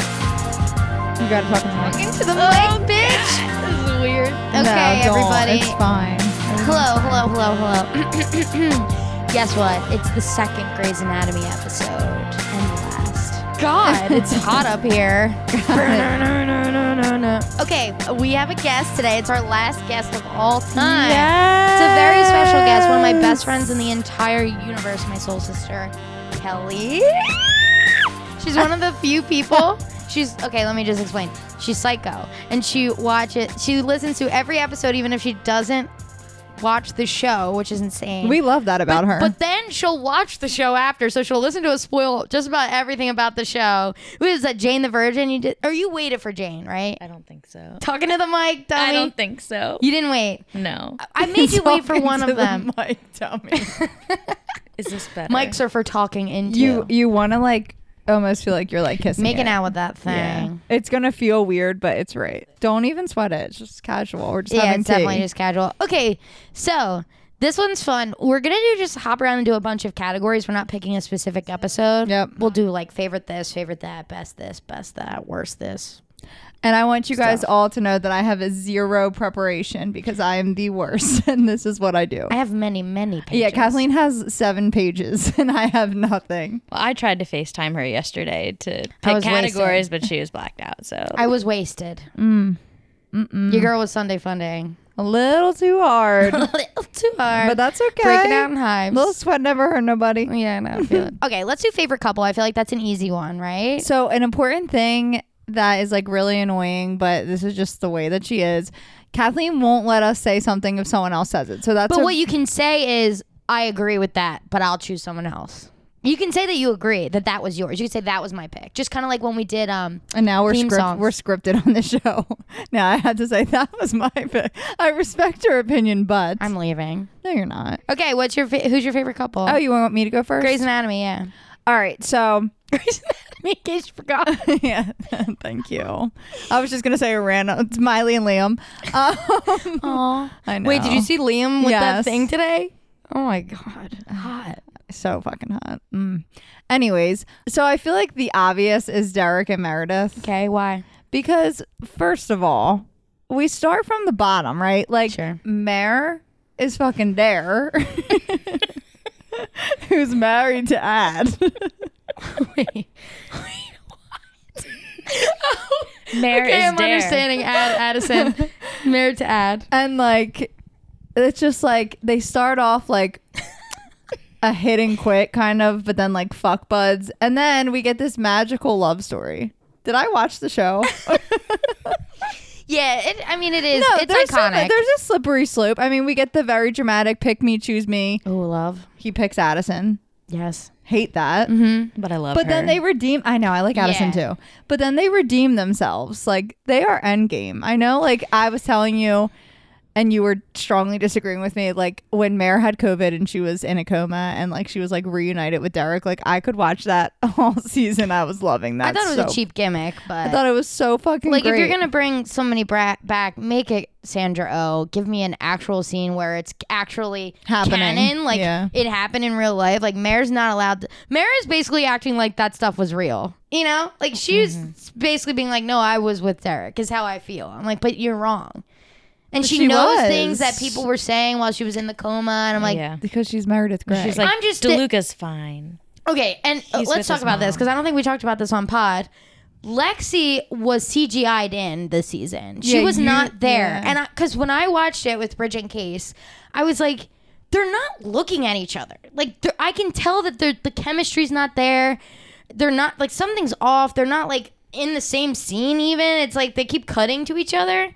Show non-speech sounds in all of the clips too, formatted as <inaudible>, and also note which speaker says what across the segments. Speaker 1: You gotta talk into
Speaker 2: Into the
Speaker 3: Oh,
Speaker 2: mic, bitch.
Speaker 3: This is weird.
Speaker 2: Okay, everybody.
Speaker 1: It's fine.
Speaker 2: Hello, hello, hello, hello. <clears throat> Guess what? It's the second Grey's Anatomy episode and the last. <laughs>
Speaker 3: God, it's hot up here. no, no, no, no, no.
Speaker 2: Okay, we have a guest today. It's our last guest of all time.
Speaker 3: Yes.
Speaker 2: It's a very special guest, one of my best friends in the entire universe, my soul sister, Kelly. She's one of the few people. She's okay, let me just explain. She's psycho and she watches she listens to every episode even if she doesn't watch the show, which is insane.
Speaker 1: We love that about
Speaker 2: but,
Speaker 1: her.
Speaker 2: But then she'll watch the show after, so she'll listen to us spoil just about everything about the show. Who is that? Jane the Virgin? You did? Or you waited for Jane, right?
Speaker 3: I don't think so.
Speaker 2: Talking to the mic, dummy.
Speaker 3: I don't think so.
Speaker 2: you didn't wait.
Speaker 3: no.
Speaker 2: I made you wait for
Speaker 1: Talking
Speaker 2: one
Speaker 1: to
Speaker 2: of
Speaker 1: the
Speaker 2: them.
Speaker 1: mic, dummy.
Speaker 3: Is this better?
Speaker 2: Mics are for talking
Speaker 1: <laughs>
Speaker 2: into.
Speaker 1: you you want to like almost feel like you're like kissing.
Speaker 2: making
Speaker 1: it.
Speaker 2: out with that thing.
Speaker 1: Yeah. It's gonna feel weird, but it's right. Don't even sweat it. It's just casual. We're just
Speaker 2: Yeah,
Speaker 1: having
Speaker 2: it's definitely
Speaker 1: tea.
Speaker 2: just casual. Okay, so this one's fun. We're gonna do just hop around and do a bunch of categories. We're not picking a specific episode.
Speaker 1: Yep.
Speaker 2: We'll do like favorite this, favorite that, best this, best that, worst this.
Speaker 1: and I want you guys all to know that I have a zero preparation because I am the worst, <laughs> and this is what I do.
Speaker 2: I have many, many pages.
Speaker 1: yeah, Kathleen has seven pages, <laughs> and I have nothing.
Speaker 3: Well, I tried to FaceTime her yesterday to
Speaker 2: I
Speaker 3: pick
Speaker 2: was wasted.
Speaker 3: categories, but she was blacked out. So
Speaker 2: <laughs> I was wasted. Mm. Your girl was Sunday funding.
Speaker 1: A little too hard,
Speaker 2: <laughs> A little too hard.
Speaker 1: but that's okay.
Speaker 2: Breaking out in hives.
Speaker 1: Little sweat never hurt nobody.
Speaker 2: yeah, I know. I <laughs> feel it. Okay, let's do favorite couple. I feel like that's an easy one, right?
Speaker 1: So an important thing that is like really annoying, but this is just the way that she is. Kathleen won't let us say something if someone else says it. So that's
Speaker 2: But
Speaker 1: a-
Speaker 2: what you can say is, I agree with that, but I'll choose someone else. You can say that you agree that that was yours. You can say that was my pick. Just kind of like when we did. Um,
Speaker 1: and now we're
Speaker 2: theme
Speaker 1: script-
Speaker 2: songs.
Speaker 1: we're scripted on the <laughs> show. now I had to say that was my <laughs> pick. I respect your opinion, but
Speaker 2: I'm leaving.
Speaker 1: no, you're not.
Speaker 2: Okay, what's your fa- who's your favorite couple?
Speaker 1: Oh, you want me to go first?
Speaker 2: Grey's Anatomy. Yeah,
Speaker 1: All right, so
Speaker 2: <laughs> Grey's Anatomy. In case you forgot. <laughs>
Speaker 1: yeah, <laughs> thank you. I was just gonna say random. It's Miley and Liam. <laughs> Um,
Speaker 2: Aw.
Speaker 1: I know.
Speaker 2: Wait, did you see Liam with
Speaker 1: Yes.
Speaker 2: that thing today? Oh my god, hot.
Speaker 1: so fucking hot. Mm. Anyways, so I feel like the obvious is Derek and Meredith.
Speaker 2: Okay, why?
Speaker 1: Because first of all, we start from the bottom, right? Like
Speaker 2: Sure.
Speaker 1: Mare is fucking there. <laughs> Who's married to Ad.
Speaker 2: Mare
Speaker 3: okay,
Speaker 2: is
Speaker 3: I'm
Speaker 2: there.
Speaker 3: understanding. Ad
Speaker 2: <laughs>
Speaker 3: Addison, married to Ad.
Speaker 2: Uh,
Speaker 1: and like it's just like they start off like a hit and quit kind of, but then like fuck buds. And then we get this magical love story. Did I watch the show? Oh,
Speaker 2: Yeah, it, I mean it is. it's
Speaker 1: there's some-
Speaker 2: iconic.
Speaker 1: there's a slippery slope. I mean, we get the very dramatic pick me, choose me.
Speaker 2: oh, love.
Speaker 1: He picks Addison.
Speaker 2: Yes,
Speaker 1: Hate that.
Speaker 4: Mm-hmm.
Speaker 2: but I love.
Speaker 1: But then
Speaker 2: her.
Speaker 1: they redeem. I know I like Addison
Speaker 2: Yeah.
Speaker 1: too. But then they redeem themselves. Like they are endgame. I know. Like I was telling you, and you were strongly disagreeing with me. Like when Mare had COVID and she was in a coma, and like she was like reunited with Derek. Like I could watch that <laughs> all season. I was loving that.
Speaker 2: I thought it was
Speaker 1: so-
Speaker 2: a cheap gimmick, but
Speaker 1: I thought it was so fucking
Speaker 2: like if you're
Speaker 1: great.
Speaker 2: gonna bring somebody bra- back, make it Sandra O. Oh, give me an actual scene where it's actually
Speaker 1: Happening.
Speaker 2: canon, like
Speaker 1: Yeah.
Speaker 2: it happened in real life. Like Mare's not allowed. To- Mare is basically acting like that stuff was real. You know, like she's
Speaker 1: Mm-hmm.
Speaker 2: basically being like, "No, I was with Derek," is how I feel. I'm like, "But you're wrong," and she,
Speaker 1: she
Speaker 2: knows
Speaker 1: was.
Speaker 2: things that people were saying while she was in the coma, and I'm like,
Speaker 4: yeah.
Speaker 1: because she's Meredith Grey.
Speaker 4: She's like,
Speaker 2: I'm just-
Speaker 4: DeLuca's fine.
Speaker 2: Okay, and uh,
Speaker 4: He's
Speaker 2: let's
Speaker 4: with
Speaker 2: talk
Speaker 4: his
Speaker 2: about this
Speaker 4: mom.
Speaker 2: because I don't think we talked about this on pod. Lexi was CGI'd in this season. She
Speaker 1: Yeah,
Speaker 2: was
Speaker 1: you-
Speaker 2: not there,
Speaker 1: yeah.
Speaker 2: and and because when I watched it with Bridget and Case, I was like, they're not looking at each other. Like they're- I can tell that they're, the chemistry's not there. They're not like something's off. They're not like in the same scene. Even it's like they keep cutting to each other.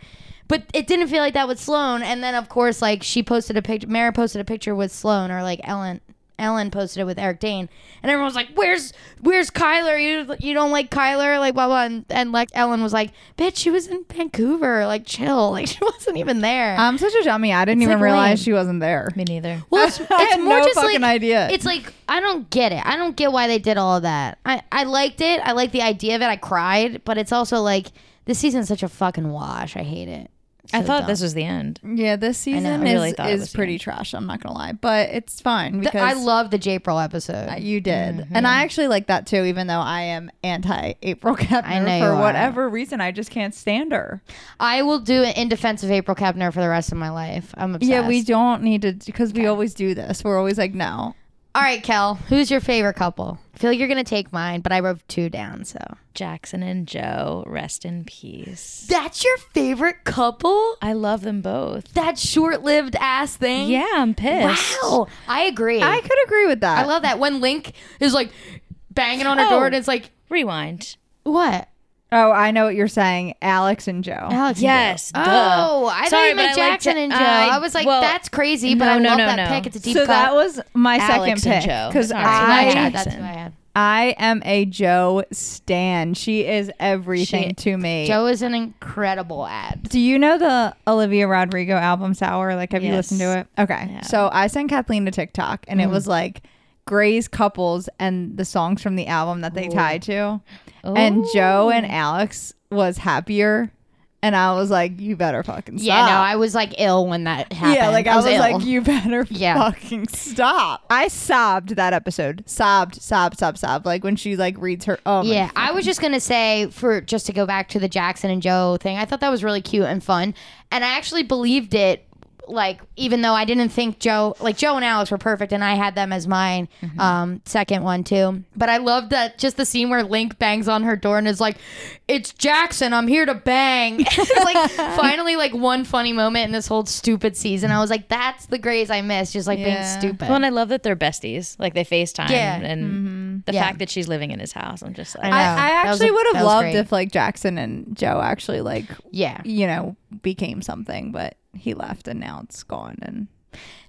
Speaker 2: But it didn't feel like that with Sloan. And then of course, like she posted a picture. Mara posted a picture with Sloan, or like Ellen. Ellen posted it with Eric Dane, and everyone was like, "Where's Where's Kyler? You you don't like Kyler? Like blah blah." And, and like Ellen was like, "Bitch, she was in Vancouver. Like chill. Like <laughs> she wasn't even there."
Speaker 1: I'm such a dummy. I didn't
Speaker 2: It's,
Speaker 1: even
Speaker 2: like,
Speaker 1: realize
Speaker 2: lame.
Speaker 1: she wasn't there.
Speaker 4: Me neither.
Speaker 2: Well,
Speaker 1: <laughs>
Speaker 2: it's,
Speaker 1: I
Speaker 2: it's
Speaker 1: had
Speaker 2: more
Speaker 1: no
Speaker 2: just
Speaker 1: fucking
Speaker 2: like
Speaker 1: idea.
Speaker 2: It's like I don't get it. I don't get why they did all of that. I I liked it. I like the idea of it. I cried, but it's also like this season's such a fucking wash. I hate it.
Speaker 4: I
Speaker 2: So
Speaker 4: thought
Speaker 2: dumb.
Speaker 4: this was the end.
Speaker 1: Yeah, this
Speaker 4: I know, I
Speaker 1: season
Speaker 4: really
Speaker 1: is,
Speaker 4: thought it
Speaker 1: is
Speaker 4: was
Speaker 1: pretty
Speaker 4: good.
Speaker 1: trash. I'm not gonna lie, but it's fine
Speaker 2: Th-
Speaker 1: because
Speaker 2: I love the April episode.
Speaker 1: Uh, You did. And I actually like that too, even though I am anti <laughs> April Kepner
Speaker 2: I know
Speaker 1: for
Speaker 2: you are.
Speaker 1: whatever reason. I just can't stand her.
Speaker 2: I will do it in defense of April Kepner for the rest of my life. I'm obsessed.
Speaker 1: Yeah, we don't need to, because we always do this. We're always like, no.
Speaker 2: All right, Kel, who's your favorite couple? I feel like you're gonna take mine, but I wrote two down. So
Speaker 4: Jackson and Joe, rest in peace.
Speaker 2: that's your favorite couple?
Speaker 4: I love them both.
Speaker 2: That short-lived ass thing.
Speaker 4: Yeah, I'm pissed.
Speaker 2: Wow, I agree.
Speaker 1: I could agree with that.
Speaker 2: I love that when Link is like banging on her
Speaker 4: Oh.
Speaker 2: door and it's like,
Speaker 4: Rewind.
Speaker 2: what?
Speaker 1: oh, I know what you're saying. Alex and Joe.
Speaker 2: Alex. and
Speaker 4: Yes.
Speaker 2: Joe.
Speaker 4: duh.
Speaker 2: Oh, I thought
Speaker 4: Sorry,
Speaker 2: you
Speaker 4: but
Speaker 2: meant
Speaker 4: I like
Speaker 2: Jackson
Speaker 4: Ja-
Speaker 2: and Joe.
Speaker 4: I-
Speaker 2: I was like,
Speaker 4: well,
Speaker 2: that's crazy, but
Speaker 4: no,
Speaker 2: I
Speaker 4: no,
Speaker 2: love
Speaker 4: no,
Speaker 2: that
Speaker 4: no.
Speaker 2: pick. It's a deep
Speaker 1: so
Speaker 2: cut.
Speaker 1: that was my
Speaker 4: Alex
Speaker 1: second
Speaker 4: and
Speaker 1: pick.
Speaker 4: Joe.
Speaker 1: Because
Speaker 4: Sorry, not
Speaker 2: Yeah,
Speaker 1: I,
Speaker 4: Jackson.
Speaker 2: that's who I had.
Speaker 1: I am a Joe Stan. She is everything to me.
Speaker 2: Joe is an incredible ad.
Speaker 1: Do you know the Olivia Rodrigo album Sour? Like, have you
Speaker 4: Yes.
Speaker 1: listened to it? Okay. So I sent Kathleen to TikTok, and it was like Gray's couples and the songs from the album that they tied to. And Joe and Alex was happier, and I was like, "You better fucking stop."
Speaker 2: Yeah, no, I was like ill when that happened.
Speaker 1: yeah, like I was,
Speaker 2: ill.
Speaker 1: like, "You <laughs> better
Speaker 2: Yeah.
Speaker 1: fucking stop." I sobbed that episode. Sobbed, sobbed, sobbed, sobbed. Like when she like reads her. Oh my
Speaker 2: Yeah, I was just gonna say for just to go back to the Jackson and Joe thing, I thought that was really cute and fun, and I actually believed it. Like even though I didn't think Joe, like Joe and Alex were perfect, and I had them as mine
Speaker 4: Mm-hmm.
Speaker 2: um, second one too. But I loved that just the scene where Link bangs on her door and is like, "It's Jackson, I'm here to bang." <laughs> It's
Speaker 4: <laughs>
Speaker 2: like finally, like one funny moment in this whole stupid season. I was like, "That's the grays I missed," just like being
Speaker 1: Yeah.
Speaker 2: stupid.
Speaker 4: Well, and I love that they're besties. Like they FaceTime.
Speaker 2: Yeah. mm-hmm.
Speaker 4: And the
Speaker 2: Yeah.
Speaker 4: fact that she's living in his house, I'm just like,
Speaker 2: know.
Speaker 1: I,
Speaker 2: Yeah,
Speaker 1: I
Speaker 2: that was
Speaker 1: actually
Speaker 2: a-
Speaker 1: would
Speaker 2: that
Speaker 1: have
Speaker 2: was
Speaker 1: loved
Speaker 2: great.
Speaker 1: if like Jackson and Joe actually like
Speaker 2: yeah.
Speaker 1: you know, became something, but he left and now it's gone. And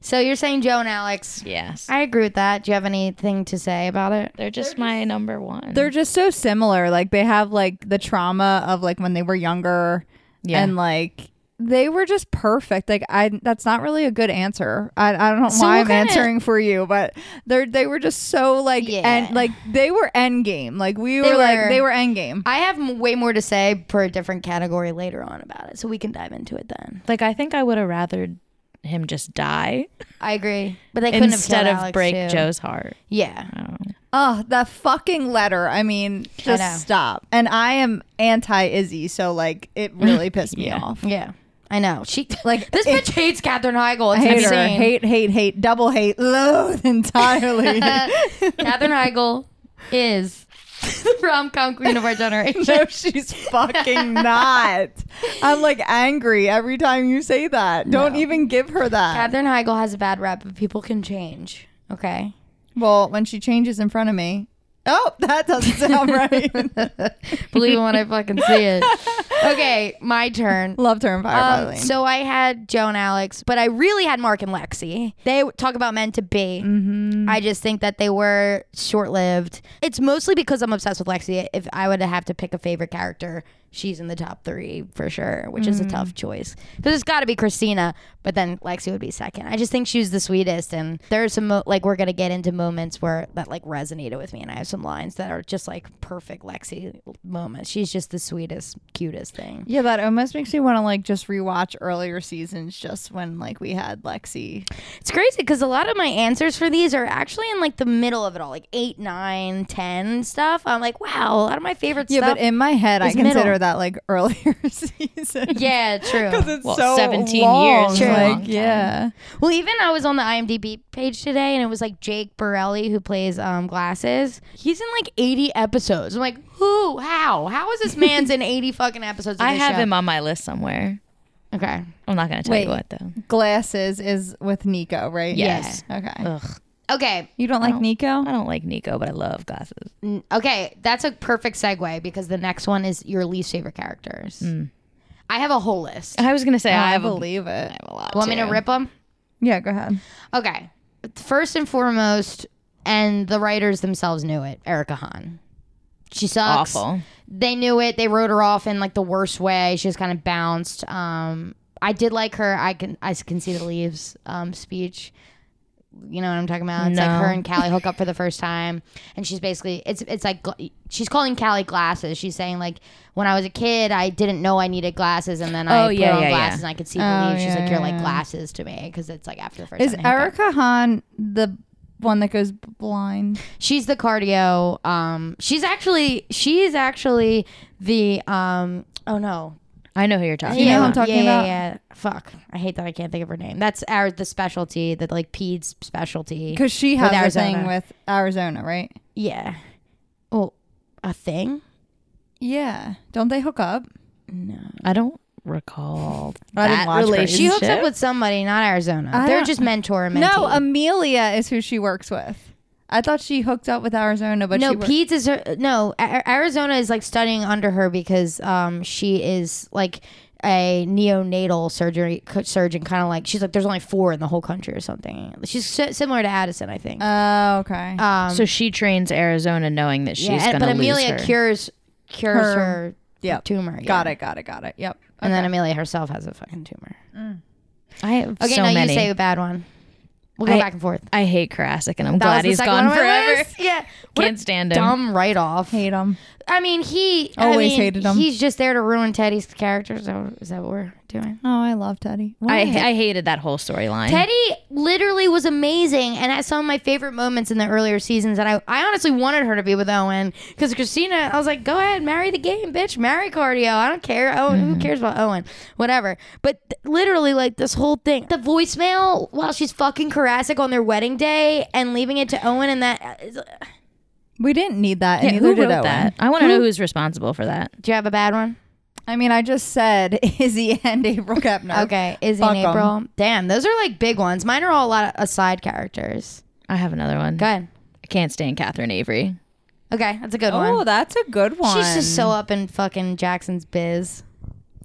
Speaker 2: So you're saying Joe and Alex?
Speaker 4: yes.
Speaker 2: I agree with that. Do you have anything to say about it?
Speaker 4: they're just my number
Speaker 2: Mm.
Speaker 4: one.
Speaker 1: they're just so similar. Like they have like the trauma of like when they were younger
Speaker 4: Yeah.
Speaker 1: and like they were just perfect. Like I that's not really a good answer. I, I don't know why I'm
Speaker 2: what kinda-
Speaker 1: answering for you, but they're they were just so like
Speaker 2: Yeah.
Speaker 1: and like they were end game. Like we were,
Speaker 2: They were-
Speaker 1: like they were end game.
Speaker 2: I have m- way more to say per a different category later on about it, so we can dive into it then.
Speaker 4: like I think I would have rather him just die
Speaker 2: I agree. But they couldn't
Speaker 4: instead
Speaker 2: have
Speaker 4: of
Speaker 2: killed Alex,
Speaker 4: break
Speaker 2: too.
Speaker 4: Joe's heart.
Speaker 2: Yeah.
Speaker 4: Oh.
Speaker 1: Oh, that fucking letter. I mean, just
Speaker 2: know.
Speaker 1: stop. And I am anti Izzy, so like
Speaker 2: <laughs>
Speaker 1: it really pissed me
Speaker 4: Yeah.
Speaker 1: off.
Speaker 2: Yeah. I know. She
Speaker 1: Like,
Speaker 2: like <laughs> this
Speaker 1: it-
Speaker 2: bitch hates Katherine Heigl.
Speaker 1: I
Speaker 2: It's
Speaker 1: hate her.
Speaker 2: insane. <laughs>
Speaker 1: Hate, hate, hate, double hate, loathe entirely.
Speaker 2: Katherine Heigl is <laughs> the rom com queen of our <laughs> generation.
Speaker 1: no, she's fucking not. I'm like angry every time you say that. Don't even give her that.
Speaker 2: Katherine Heigl has a bad rep, but people can change. Okay.
Speaker 1: Well, when she changes in front of me. Oh, that doesn't sound right.
Speaker 2: Believe it when I fucking see <laughs> it. Okay, my turn.
Speaker 1: Loved her in
Speaker 2: Um,
Speaker 1: firefighting.
Speaker 2: so I had Joe and Alex, but I really had Mark and Lexi. They w- talk about meant to be. I just think that they were short lived. It's mostly because I'm obsessed with Lexi. If I would have to pick a favorite character, she's in the top three for sure, which is a tough choice. Because it's got to be Christina, but then Lexi would be second. I just think she was the sweetest, and there are some mo- like we're gonna get into moments where that like resonated with me, and I have some lines that are just like perfect Lexi moments. She's just the sweetest, cutest thing.
Speaker 1: yeah, that almost makes me want to like just rewatch earlier seasons just when like we had Lexi.
Speaker 2: It's crazy because a lot of my answers for these are actually in like the middle of it all, like eight, nine, ten stuff. I'm like, wow, a lot of my favorite
Speaker 1: Yeah,
Speaker 2: stuff.
Speaker 1: but in my head, I
Speaker 2: is middle.
Speaker 1: consider that like earlier <laughs> season.
Speaker 2: <laughs> yeah,
Speaker 1: Because
Speaker 2: true.
Speaker 1: it's
Speaker 4: Well,
Speaker 1: so
Speaker 4: 17
Speaker 1: long,
Speaker 4: years
Speaker 2: is a
Speaker 1: Like,
Speaker 4: long time.
Speaker 1: yeah.
Speaker 2: Well, even I was on the IMDb page today, and it was like Jake Borelli who plays um, Glasses. He's in like 80 episodes. I'm like, who? How? How is this man's in 80 fucking episodes? Of
Speaker 4: <laughs> I
Speaker 2: this
Speaker 4: have
Speaker 2: show?
Speaker 4: him on my list somewhere.
Speaker 2: Okay.
Speaker 4: I'm not gonna tell
Speaker 1: Wait.
Speaker 4: you what though.
Speaker 1: Glasses is with Nico, right?
Speaker 4: Yes.
Speaker 1: Okay.
Speaker 4: Ugh.
Speaker 2: Okay.
Speaker 1: You don't like
Speaker 4: don't-
Speaker 1: Nico?
Speaker 4: I don't like Nico, but I love glasses.
Speaker 2: Okay, that's a perfect segue because the next one is your least favorite characters. I have a whole list.
Speaker 4: Mm. I was gonna say I
Speaker 1: Oh, I
Speaker 4: have a,
Speaker 1: believe it.
Speaker 4: I have a lot.
Speaker 2: Want me to
Speaker 4: too.
Speaker 2: rip them?
Speaker 1: Yeah, go ahead.
Speaker 2: Okay. First and foremost, and the writers themselves knew it, Erica Hahn. She sucks.
Speaker 4: Awful.
Speaker 2: They knew it. They wrote her off in like the worst way. She was kind of bounced. Um, I did like her. I can I can see the leaves um, speech. You know what I'm talking about? It's
Speaker 4: No.
Speaker 2: like her and Callie hook up for the first time, and she's basically it's it's like gl- she's calling Callie glasses. She's saying like, when I was a kid, I didn't know I needed glasses, and then I
Speaker 4: Oh,
Speaker 2: put
Speaker 4: yeah,
Speaker 2: on
Speaker 4: yeah, yeah.
Speaker 2: glasses and I could see the
Speaker 1: Oh,
Speaker 2: leaves. She's
Speaker 1: yeah,
Speaker 2: like, you're
Speaker 1: yeah,
Speaker 2: like
Speaker 1: yeah.
Speaker 2: glasses to me because it's like after the first.
Speaker 1: Is
Speaker 2: time they hook up.
Speaker 1: Erica Hahn the one that goes blind?
Speaker 2: She's the cardio. Um, she's actually she is actually the um. Oh no,
Speaker 4: I know who you're talking
Speaker 1: You know
Speaker 4: about.
Speaker 1: who I'm talking
Speaker 2: yeah, yeah,
Speaker 1: about?
Speaker 2: Yeah, Fuck, I hate that I can't think of her name. That's our the specialty, the like peds specialty.
Speaker 1: Because she
Speaker 2: With
Speaker 1: has a
Speaker 2: Arizona.
Speaker 1: thing with Arizona, right?
Speaker 2: yeah, well, a thing.
Speaker 1: Yeah. Don't they hook up?
Speaker 4: I don't <laughs> recall
Speaker 1: I didn't
Speaker 4: that
Speaker 1: watch Grace.
Speaker 4: relationship.
Speaker 2: She hooks up with somebody, not Arizona.
Speaker 1: I
Speaker 2: They're
Speaker 1: don't-
Speaker 2: just mentor and mentee.
Speaker 1: No, Amelia is who she works with. I thought she hooked up with Arizona, but
Speaker 2: no,
Speaker 1: she wor-
Speaker 2: Pete's is her. No, A- A- Arizona is like studying under her because um she is like a neonatal surgery co- surgeon, kind of like she's like there's only four in the whole country or something. She's si- similar to Addison, I think.
Speaker 1: Oh, okay.
Speaker 2: um,
Speaker 4: so she trains Arizona knowing that she's
Speaker 2: yeah, and-
Speaker 4: gonna
Speaker 2: but
Speaker 4: lose
Speaker 2: Amelia
Speaker 4: her.
Speaker 2: cures cures
Speaker 1: Her-
Speaker 2: her,
Speaker 1: Yep.
Speaker 2: tumor.
Speaker 1: Got
Speaker 2: yeah.
Speaker 1: it. Got it. Got it. Yep.
Speaker 2: And then Amelia herself has a fucking tumor.
Speaker 4: I have
Speaker 2: Okay,
Speaker 4: so
Speaker 2: now
Speaker 4: many.
Speaker 2: you say a bad one. We'll go
Speaker 4: I-
Speaker 2: back and forth.
Speaker 4: I hate Karasik, and I'm
Speaker 2: That was
Speaker 4: glad
Speaker 2: the
Speaker 4: he's
Speaker 2: second one
Speaker 4: gone
Speaker 2: on my
Speaker 4: forever.
Speaker 2: list. Yeah, What a
Speaker 4: <laughs> Can't stand him.
Speaker 2: Dumb write off.
Speaker 1: Hate 'em.
Speaker 2: I mean, he I
Speaker 1: Always
Speaker 2: mean,
Speaker 1: hated him.
Speaker 2: He's just there to ruin Teddy's character. Is that, is that what we're doing?
Speaker 1: Oh, I love Teddy.
Speaker 4: I, I hated that whole storyline.
Speaker 2: Teddy literally was amazing and had some of my favorite moments in the earlier seasons. And I, I honestly wanted her to be with Owen because Christina, I was like, go ahead, marry the game, bitch, marry cardio. I don't care. Owen,
Speaker 1: Mm-hmm.
Speaker 2: who cares about Owen? Whatever. But th- literally, like this whole thing, the voicemail while she's fucking Karasik on their wedding day and leaving it to Owen and that. uh,
Speaker 1: we didn't need that. and
Speaker 4: Yeah,
Speaker 1: neither
Speaker 4: who
Speaker 1: did
Speaker 4: wrote
Speaker 1: Owen.
Speaker 4: that? I want to know who's responsible for that.
Speaker 2: Do you have a bad one?
Speaker 1: I mean, I just said <laughs> Izzy and April Kepner.
Speaker 2: Okay, Izzy
Speaker 1: Fuck
Speaker 2: and
Speaker 1: 'em.
Speaker 2: April. Damn, those are like big ones. Mine are all a lot of aside characters.
Speaker 4: I have another one.
Speaker 2: Go ahead.
Speaker 4: I can't stand Catherine Avery.
Speaker 2: Okay, that's a good one.
Speaker 1: Oh, that's a good one.
Speaker 2: She's just so up in fucking Jackson's biz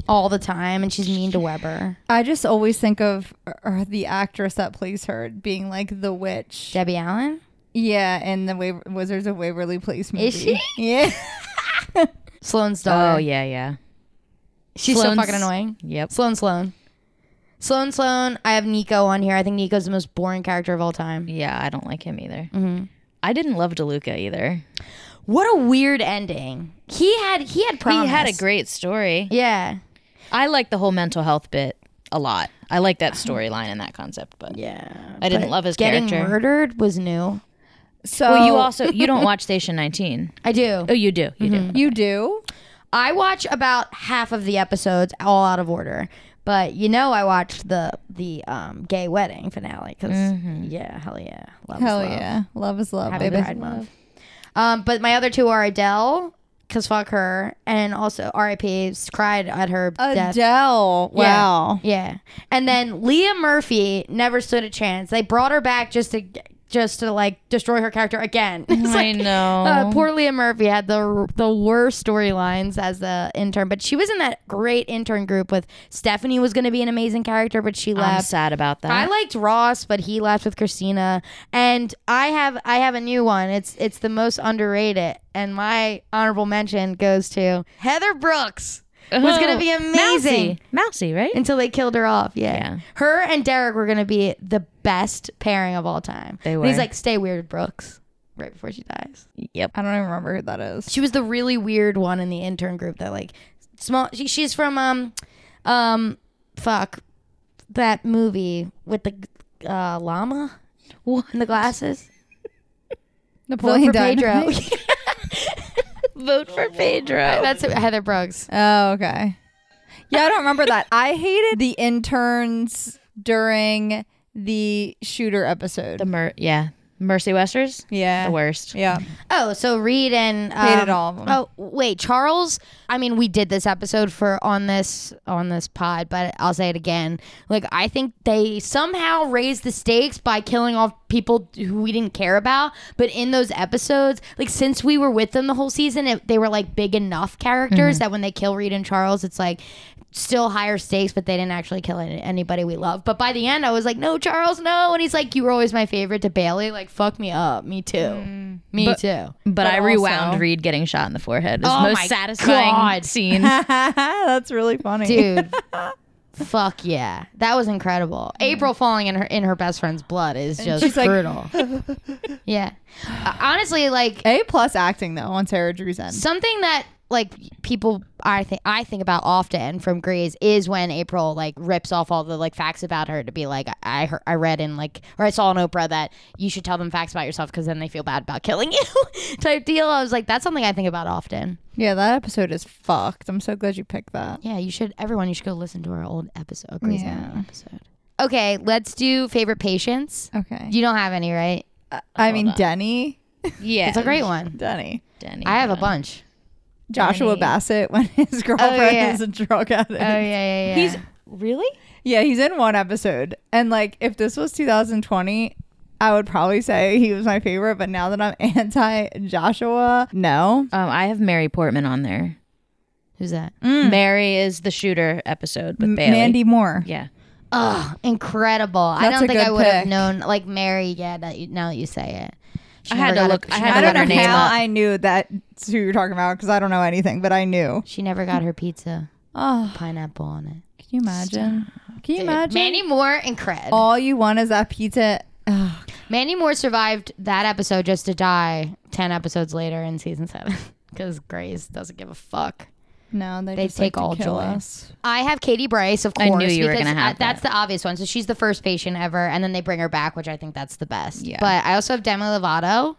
Speaker 2: all the time, and she's mean to Weber.
Speaker 1: I just always think of uh, the actress that plays her being like the witch.
Speaker 2: Debbie Allen.
Speaker 1: Yeah, in the Waver- Wizards of Waverly Place movie.
Speaker 2: Is she?
Speaker 1: <laughs> Yeah.
Speaker 2: Sloane's daughter.
Speaker 4: Oh yeah, yeah.
Speaker 2: She's
Speaker 4: Sloane's-
Speaker 2: so fucking annoying.
Speaker 4: Yep.
Speaker 2: Sloane Sloane. Sloane Sloane. I have Nico on here. I think Nico's the most boring character of all time.
Speaker 4: Yeah, I don't like him either.
Speaker 2: Mm-hmm.
Speaker 4: I didn't love DeLuca either.
Speaker 2: What a weird ending. He had he had promise.
Speaker 4: He had a great story.
Speaker 2: Yeah.
Speaker 4: I like the whole mental health bit a lot. I like that storyline and that concept, but
Speaker 2: Uh-huh. Yeah.
Speaker 4: I didn't
Speaker 2: but
Speaker 4: love his
Speaker 2: getting
Speaker 4: character.
Speaker 2: murdered was new.
Speaker 1: So
Speaker 4: Well, you also you don't watch Station 19.
Speaker 2: I do.
Speaker 4: Oh, you do. You
Speaker 2: Mm-hmm.
Speaker 4: do.
Speaker 1: you do.
Speaker 2: I watch about half of the episodes all out of order. But you know, I watched the the um, gay wedding finale because yeah, hell yeah, love
Speaker 1: Mm-hmm. Hell
Speaker 2: is love.
Speaker 1: yeah, Uh, love is love,
Speaker 2: Happy
Speaker 1: baby.
Speaker 2: Pride Month. Um, but my other two are Adele, cause fuck her, and also R.I.P. cried at her death.
Speaker 1: Adele.
Speaker 2: Yeah,
Speaker 1: Wow.
Speaker 2: Yeah. And then Leah Murphy never stood a chance. They brought her back just to just to like destroy her character again. <laughs> It's
Speaker 4: I
Speaker 2: like,
Speaker 4: know.
Speaker 2: Uh, poor Leah Murphy had the the worst storylines as the intern, but she was in that great intern group with Stephanie was going to be an amazing character, but she
Speaker 4: I'm
Speaker 2: left.
Speaker 4: sad about that.
Speaker 2: I liked Ross, but he left with Christina. And I have I have a new one. It's it's the most underrated, and my honorable mention goes to Heather Brooks. Was
Speaker 4: Oh,
Speaker 2: gonna be amazing
Speaker 4: Mousy, Mousy right?
Speaker 2: until they killed her off. Yeah.
Speaker 4: Yeah.
Speaker 2: Her and Derek were going to be the best pairing of all time.
Speaker 4: They
Speaker 2: And he's
Speaker 4: were.
Speaker 2: like, stay weird, Brooks, right before she dies.
Speaker 4: yep.
Speaker 1: I don't even remember who that is.
Speaker 2: She was the really weird one in the intern group that, like, small. She, she's from, um, um, fuck, that movie with the uh, llama
Speaker 4: What?
Speaker 2: and the glasses. Vote
Speaker 1: Napoleon
Speaker 2: for Pedro. <laughs>
Speaker 1: Dynamite?
Speaker 4: Vote for Pedro.
Speaker 2: That's Heather Brooks.
Speaker 1: <laughs> Oh, okay. Yeah, I don't remember that. I hated the interns during the shooter episode.
Speaker 4: The mer- yeah. Mercy Westers.
Speaker 1: yeah.
Speaker 4: The
Speaker 2: <laughs>
Speaker 4: worst.
Speaker 1: Yeah.
Speaker 2: Oh, so Reed and um,
Speaker 1: Hated all of 'em.
Speaker 2: Oh wait, Charles. I mean, we did this episode for on this on this pod, but I'll say it again. Like I think they somehow raised the stakes by killing off people who we didn't care about. But in those episodes, like since we were with them the whole season, it, they were like big enough characters
Speaker 1: Mm-hmm.
Speaker 2: that when they kill Reed and Charles, it's like still higher stakes but they didn't actually kill any- anybody we love but by the end i was like no charles no and he's like you were always my favorite to bailey like fuck me up me too
Speaker 1: Mm.
Speaker 2: me too
Speaker 4: But, I rewound
Speaker 1: also-
Speaker 4: Reed getting shot in the forehead. It's
Speaker 2: Oh
Speaker 4: the most
Speaker 2: my
Speaker 4: satisfying
Speaker 2: God. <laughs>
Speaker 4: scene.
Speaker 1: That's really funny.
Speaker 2: dude <laughs> fuck yeah that was incredible april falling in her in her best friend's blood is just
Speaker 1: she's like- <laughs>
Speaker 2: brutal yeah Uh, honestly like
Speaker 1: A plus acting though on Sarah Drew's end.
Speaker 2: something that like people I think I think about often from Grays is when April like rips off all the like facts about her to be like I I, heard, I read in like or I saw on Oprah that you should tell them facts about yourself because then they feel bad about <laughs> killing you type deal. I was like that's something I think about often.
Speaker 1: Yeah, that episode is fucked. I'm so glad you picked that.
Speaker 2: Yeah, you should. Everyone, you should go listen to our old episode, Grey's Anatomy episode. Okay, let's do favorite patients.
Speaker 1: Okay.
Speaker 2: You don't have any, right?
Speaker 1: I mean Denny.
Speaker 4: yeah.
Speaker 2: It's a great one.
Speaker 1: Denny.
Speaker 4: Denny.
Speaker 2: I have a bunch.
Speaker 1: Joshua Bassett <laughs> when his girlfriend
Speaker 2: Oh, yeah.
Speaker 1: is a drug addict.
Speaker 2: Oh yeah, yeah, yeah.
Speaker 4: He's really?
Speaker 1: Yeah, he's in one episode. And like if this was 2020, I would probably say he was my favorite, but now that I'm <laughs> anti Joshua, no.
Speaker 4: Um, I have Mary Portman on there.
Speaker 2: Who's that?
Speaker 4: Mary is the shooter episode with
Speaker 1: M-
Speaker 4: Bailey.
Speaker 1: Mandy Moore.
Speaker 4: Yeah.
Speaker 2: Oh, incredible! I
Speaker 1: That's
Speaker 2: don't
Speaker 1: a
Speaker 2: think I
Speaker 1: good
Speaker 2: would have
Speaker 1: pick.
Speaker 2: known like Mary. Yeah, that you, now that you say it, She
Speaker 4: I
Speaker 2: never
Speaker 4: had to
Speaker 2: got a-
Speaker 4: look- I
Speaker 2: she
Speaker 4: had
Speaker 1: I
Speaker 2: never
Speaker 4: to
Speaker 1: don't
Speaker 2: got
Speaker 4: look
Speaker 1: know
Speaker 2: her
Speaker 4: her name
Speaker 1: how
Speaker 4: up.
Speaker 1: I knew that that's who you're talking about because I don't know anything, but I knew.
Speaker 2: She never got her <sighs> pizza.
Speaker 1: Oh,
Speaker 2: Pineapple on it.
Speaker 1: can you imagine? Can you imagine?
Speaker 2: Mandy Moore, incredible.
Speaker 1: All you want is that pizza. <sighs> Oh,
Speaker 2: Mandy Moore survived that episode just to die ten episodes later in season seven <laughs> because Grace doesn't give a fuck.
Speaker 1: no, they,
Speaker 2: They
Speaker 1: just like
Speaker 2: take
Speaker 1: to
Speaker 2: all
Speaker 1: kill
Speaker 2: joy.
Speaker 1: Us.
Speaker 2: I have Katie Bryce, of
Speaker 4: I
Speaker 2: course.
Speaker 4: knew you were
Speaker 2: because,
Speaker 4: gonna have
Speaker 2: That's the obvious one. So she's the first patient ever, and then they bring her back, which I think that's the best.
Speaker 4: Yeah. Oh,
Speaker 2: But I also have Demi Lovato,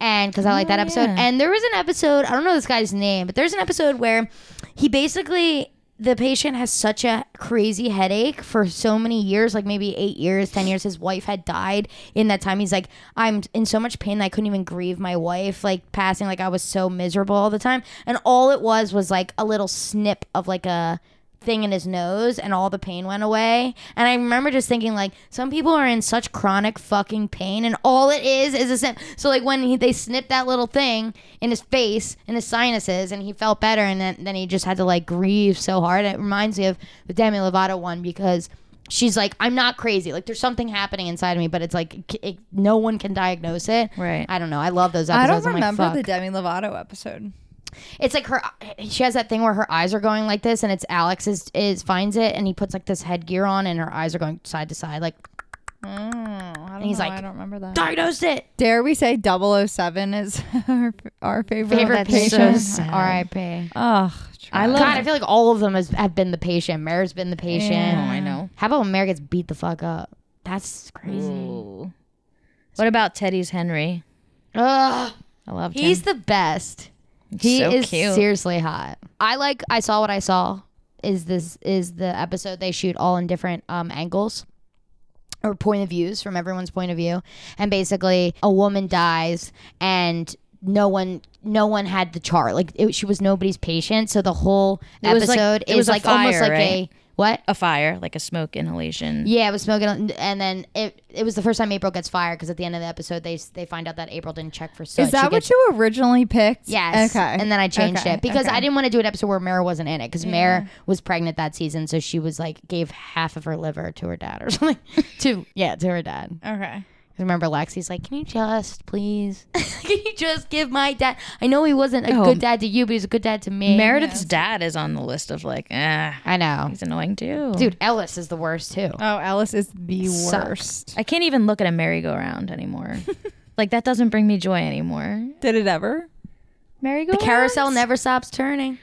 Speaker 2: and because I like that episode. And there was an episode I don't know this guy's name, but there's an episode where he basically the patient has such a crazy headache for so many years, like maybe eight years, ten years. His wife had died in that time. He's like, I'm in so much pain that I couldn't even grieve my wife, like passing. Like I was so miserable all the time, and all it was was like a little snip of like a thing in his nose and all the pain went away. And I remember just thinking like some people are in such chronic fucking pain and all it is is a snip. So like when he, they snipped that little thing in his face in his sinuses and he felt better and then, then he just had to like grieve so hard. It reminds me of the Demi Lovato one because she's like I'm not crazy. Like there's something happening inside of me but it's like it, no one can diagnose it.
Speaker 4: Right.
Speaker 2: I don't know. I love those
Speaker 1: I
Speaker 2: episodes.
Speaker 1: don't
Speaker 2: I'm like,
Speaker 1: remember
Speaker 2: fuck.
Speaker 1: the Demi Lovato episode.
Speaker 2: It's like her. She has that thing where her eyes are going like this, and it's Alex is, is finds it, and he puts like this headgear on, and her eyes are going side to side, like
Speaker 1: I
Speaker 2: don't He's know. like,
Speaker 1: Hmm,
Speaker 2: I
Speaker 1: I don't remember that.
Speaker 2: diagnosed it.
Speaker 1: Dare we say 007 is <laughs> our, our favorite,
Speaker 2: Favorite
Speaker 4: Oh, that's so
Speaker 1: patient?
Speaker 4: sad.
Speaker 2: R.I.P.
Speaker 1: Ugh,
Speaker 4: I love
Speaker 2: God, I feel like all of them has, have been the patient. Mare's been the patient.
Speaker 4: Oh, I know.
Speaker 2: How about when Mare gets beat the fuck up? That's crazy.
Speaker 4: Ooh. What about Teddy's Henry?
Speaker 2: Ugh.
Speaker 4: I loved him.
Speaker 2: He's the best. He
Speaker 4: so
Speaker 2: is
Speaker 4: cute.
Speaker 2: seriously hot. I like. I saw what I saw. Is this is the episode they shoot all in different um, angles or point of views from everyone's point of view, and basically a woman dies and no one no one had the chart like it, she was nobody's patient. So the whole
Speaker 4: It was like-
Speaker 2: episode
Speaker 4: it
Speaker 2: is
Speaker 4: was a
Speaker 2: like almost
Speaker 4: fire,
Speaker 2: like a
Speaker 4: right?
Speaker 2: what
Speaker 4: a fire, like a smoke inhalation.
Speaker 2: yeah, it was smoking, on- and then it it was the first time April gets fired because at the end of the episode they they find out that April didn't check for soot.
Speaker 1: Is that
Speaker 2: She
Speaker 1: what
Speaker 2: gets-
Speaker 1: you originally picked?
Speaker 2: Yes.
Speaker 1: Okay.
Speaker 2: And then I changed
Speaker 1: Okay,
Speaker 2: it because
Speaker 1: okay.
Speaker 2: I didn't want to do an episode where Mare wasn't in it because Mare was pregnant that season, so she was like gave half of her liver to her dad
Speaker 1: <laughs>
Speaker 2: or <laughs> something. to yeah, to her dad.
Speaker 1: Okay.
Speaker 2: I remember Lexi's like, "Can you
Speaker 1: <laughs>
Speaker 2: just please? Can you just give my dad? I know he wasn't a
Speaker 1: Oh.
Speaker 4: No.
Speaker 2: good dad to you, but he was a good dad to me."
Speaker 4: Meredith's dad is on the list of like, ah,
Speaker 2: I know,
Speaker 4: he's annoying too.
Speaker 2: dude. Ellis is the worst too.
Speaker 1: Oh, Alice is the
Speaker 2: Sucked.
Speaker 1: worst.
Speaker 4: I can't even look at a merry-go-round <laughs> anymore. like that doesn't bring me joy anymore.
Speaker 1: Did it ever?
Speaker 2: the
Speaker 4: Merry-go-round.
Speaker 2: carousel never stops turning.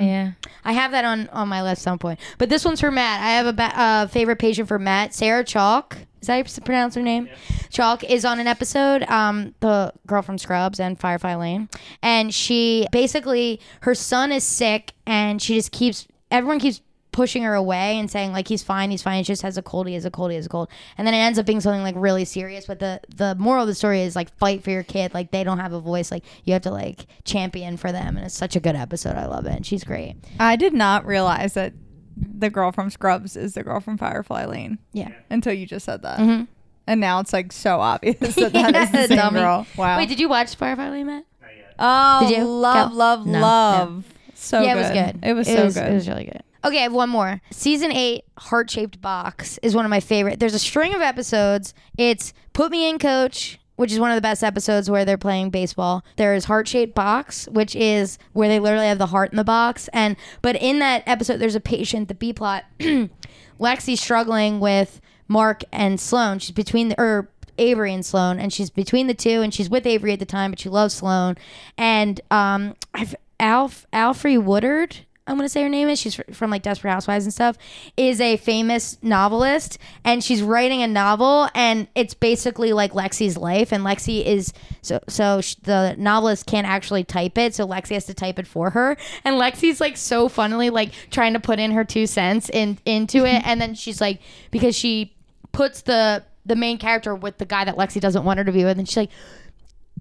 Speaker 4: Yeah.
Speaker 2: I have that on on my list some point. But this one's for Matt. I have a ba- uh, favorite patient for Matt, Sarah Chalk. Is that how you pronounce her name? Chalk is on an episode, um, the girl from Scrubs and Firefly Lane, and she basically her son is sick, and she just keeps everyone keeps pushing her away and saying like he's fine, he's fine, he just has a cold, he has a cold, he has a cold, and then it ends up being something like really serious. But the the moral of the story is like fight for your kid, like they don't have a voice, like you have to like champion for them, and it's such a good episode. I love it, and she's great.
Speaker 1: I did not realize that the girl from Scrubs is the girl from Firefly Lane.
Speaker 2: Yeah. Mm-hmm.
Speaker 1: Until you just said that. And now it's like <laughs> so
Speaker 2: <laughs>
Speaker 1: obvious that that is the
Speaker 2: Yeah,
Speaker 1: same
Speaker 2: dummy.
Speaker 1: girl. Wow.
Speaker 2: Wait, did you watch Firefly Lane, Matt?
Speaker 1: oh,
Speaker 2: Did you?
Speaker 1: love,
Speaker 2: Go.
Speaker 1: love,
Speaker 4: No.
Speaker 1: love. So
Speaker 2: yeah,
Speaker 1: good.
Speaker 2: it was good.
Speaker 1: It was so good.
Speaker 2: It was really good. Okay, I have one more. Season eight, Heart Shaped Box is one of my favorite. There's a string of episodes. It's Put Me In Coach, which is one of the best episodes where they're playing baseball. There is Heart Shaped Box, which is where they literally have the heart in the box. And but in that episode, there's a patient, the B plot. <clears throat> Lexi's struggling with Mark and Sloan. She's between the or Avery and Sloan, and she's between the two, and she's with Avery at the time, but she loves Sloan. And um, I've Alf Alfrey Woodard. I'm gonna say her name is. She's fr- from like Desperate Housewives and stuff. Is a famous novelist, and she's writing a novel, and it's basically like Lexi's life. And Lexi is so so sh- the novelist can't actually type it, so Lexi has to type it for her. And Lexi's like so funnily like trying to put in her two cents in into
Speaker 4: <laughs>
Speaker 2: it, and then she's like because she puts the the main character with the guy that Lexi doesn't want her to be with, and she's like,